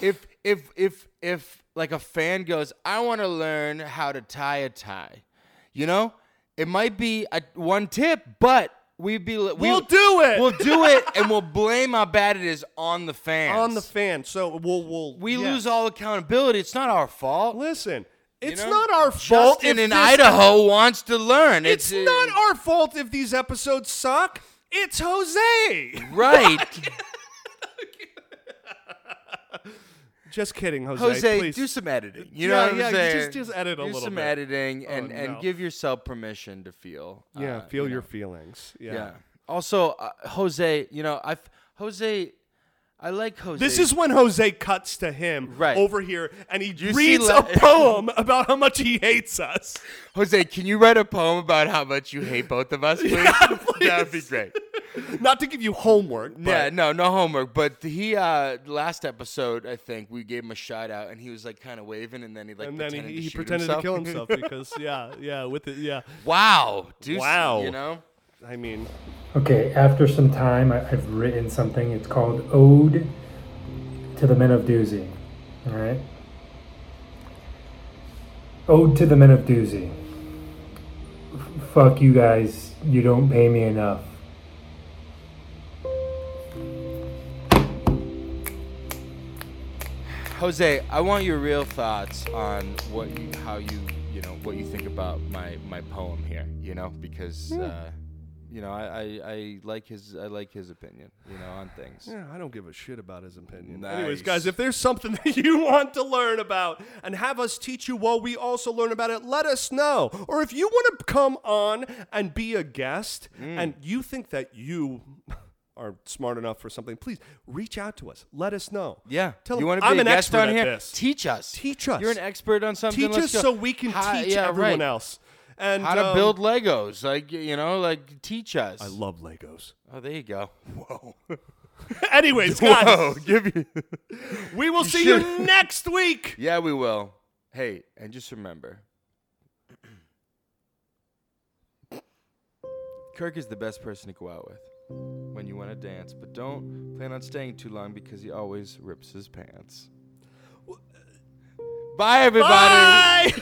S1: if if if if like a fan goes, I want to learn how to tie a tie. You know, it might be a, one tip, but we'd be we,
S2: We'll do it.
S1: We'll do it, and we'll blame how bad it is on the fans.
S2: on the fan. So we'll we'll
S1: we
S2: yeah.
S1: lose all accountability. It's not our fault.
S2: Listen, it's
S1: know?
S2: not our fault.
S1: Justin
S2: if
S1: in
S2: this-
S1: Idaho wants to learn.
S2: It's
S1: uh,
S2: not our fault if these episodes suck. It's Jose.
S1: right.
S2: Just kidding, Jose.
S1: Jose,
S2: please.
S1: do some editing. You
S2: Yeah,
S1: know what I'm
S2: yeah,
S1: saying?
S2: just- just edit a
S1: do
S2: little
S1: some
S2: bit.
S1: editing and,
S2: Oh, no.
S1: and give yourself permission to feel.
S2: yeah,
S1: uh,
S2: feel
S1: you
S2: your
S1: know.
S2: feelings. Yeah.
S1: Yeah. Also, uh, Jose, you know, I've Jose, I like Jose.
S2: This is when Jose cuts to him
S1: Right.
S2: over here, and he
S1: you see
S2: reads
S1: la-
S2: a poem about how much he hates us.
S1: Jose. Can you write a poem about how much you hate both of us, please? that would be
S2: please.
S1: great.
S2: Not to give you homework. But
S1: Yeah, no, no homework. But he uh last episode, I think we gave him a shout out, and he was like kind of waving, and then he like
S2: and then
S1: pretended
S2: he,
S1: to
S2: he
S1: shoot
S2: pretended
S1: himself.
S2: to kill himself because yeah, yeah, with it, yeah.
S1: wow, dude,
S2: Wow.
S1: you know,
S2: I mean,
S10: Okay, after some time, I, I've written something. It's called Ode to the Men of Doozy. All right? Ode to the Men of Doozy. F- fuck you guys. You don't pay me enough.
S1: Jose, I want your real thoughts on what you, how you, you know, what you think about my my poem here, you know, because.
S2: Hmm.
S1: uh you know, I, I, I like his I like his opinion, you know, on things.
S2: Yeah, Eh, I don't give a shit about his opinion.
S1: Nice.
S2: Anyways, guys, if there's something that you want to learn about and have us teach you while we also learn about it, let us know. Or if you want to come on and be a guest
S1: Mm.
S2: and you think that you are smart enough for something, please reach out to us. Let us know.
S1: Yeah.
S2: Tell
S1: you
S2: them,
S1: want to be
S2: I'm
S1: a
S2: an
S1: guest
S2: expert
S1: on
S2: at
S1: here?
S2: this.
S1: Teach us.
S2: Teach us.
S1: You're an expert on something.
S2: teach
S1: Let's
S2: us
S1: go.
S2: so we can
S1: Hi-
S2: teach
S1: yeah,
S2: everyone
S1: right.
S2: else. And
S1: how to
S2: um,
S1: build Legos. Like you know, like teach us.
S2: I love Legos.
S1: oh, there you go. Whoa.
S2: Anyways, guys,
S1: give you.
S2: we will see you
S1: should-
S2: next week.
S1: yeah, we will. Hey, and just remember, Kirk is the best person to go out with when you want to dance, but don't plan on staying too long because he always rips his pants. Bye, everybody.
S2: Bye.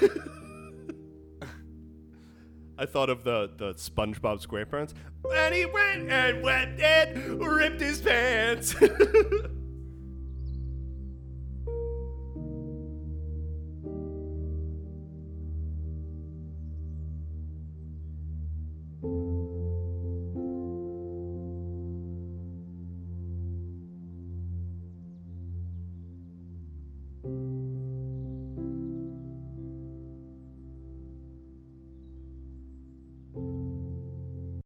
S2: I thought of the the SpongeBob SquarePants. And he went and went and ripped his pants.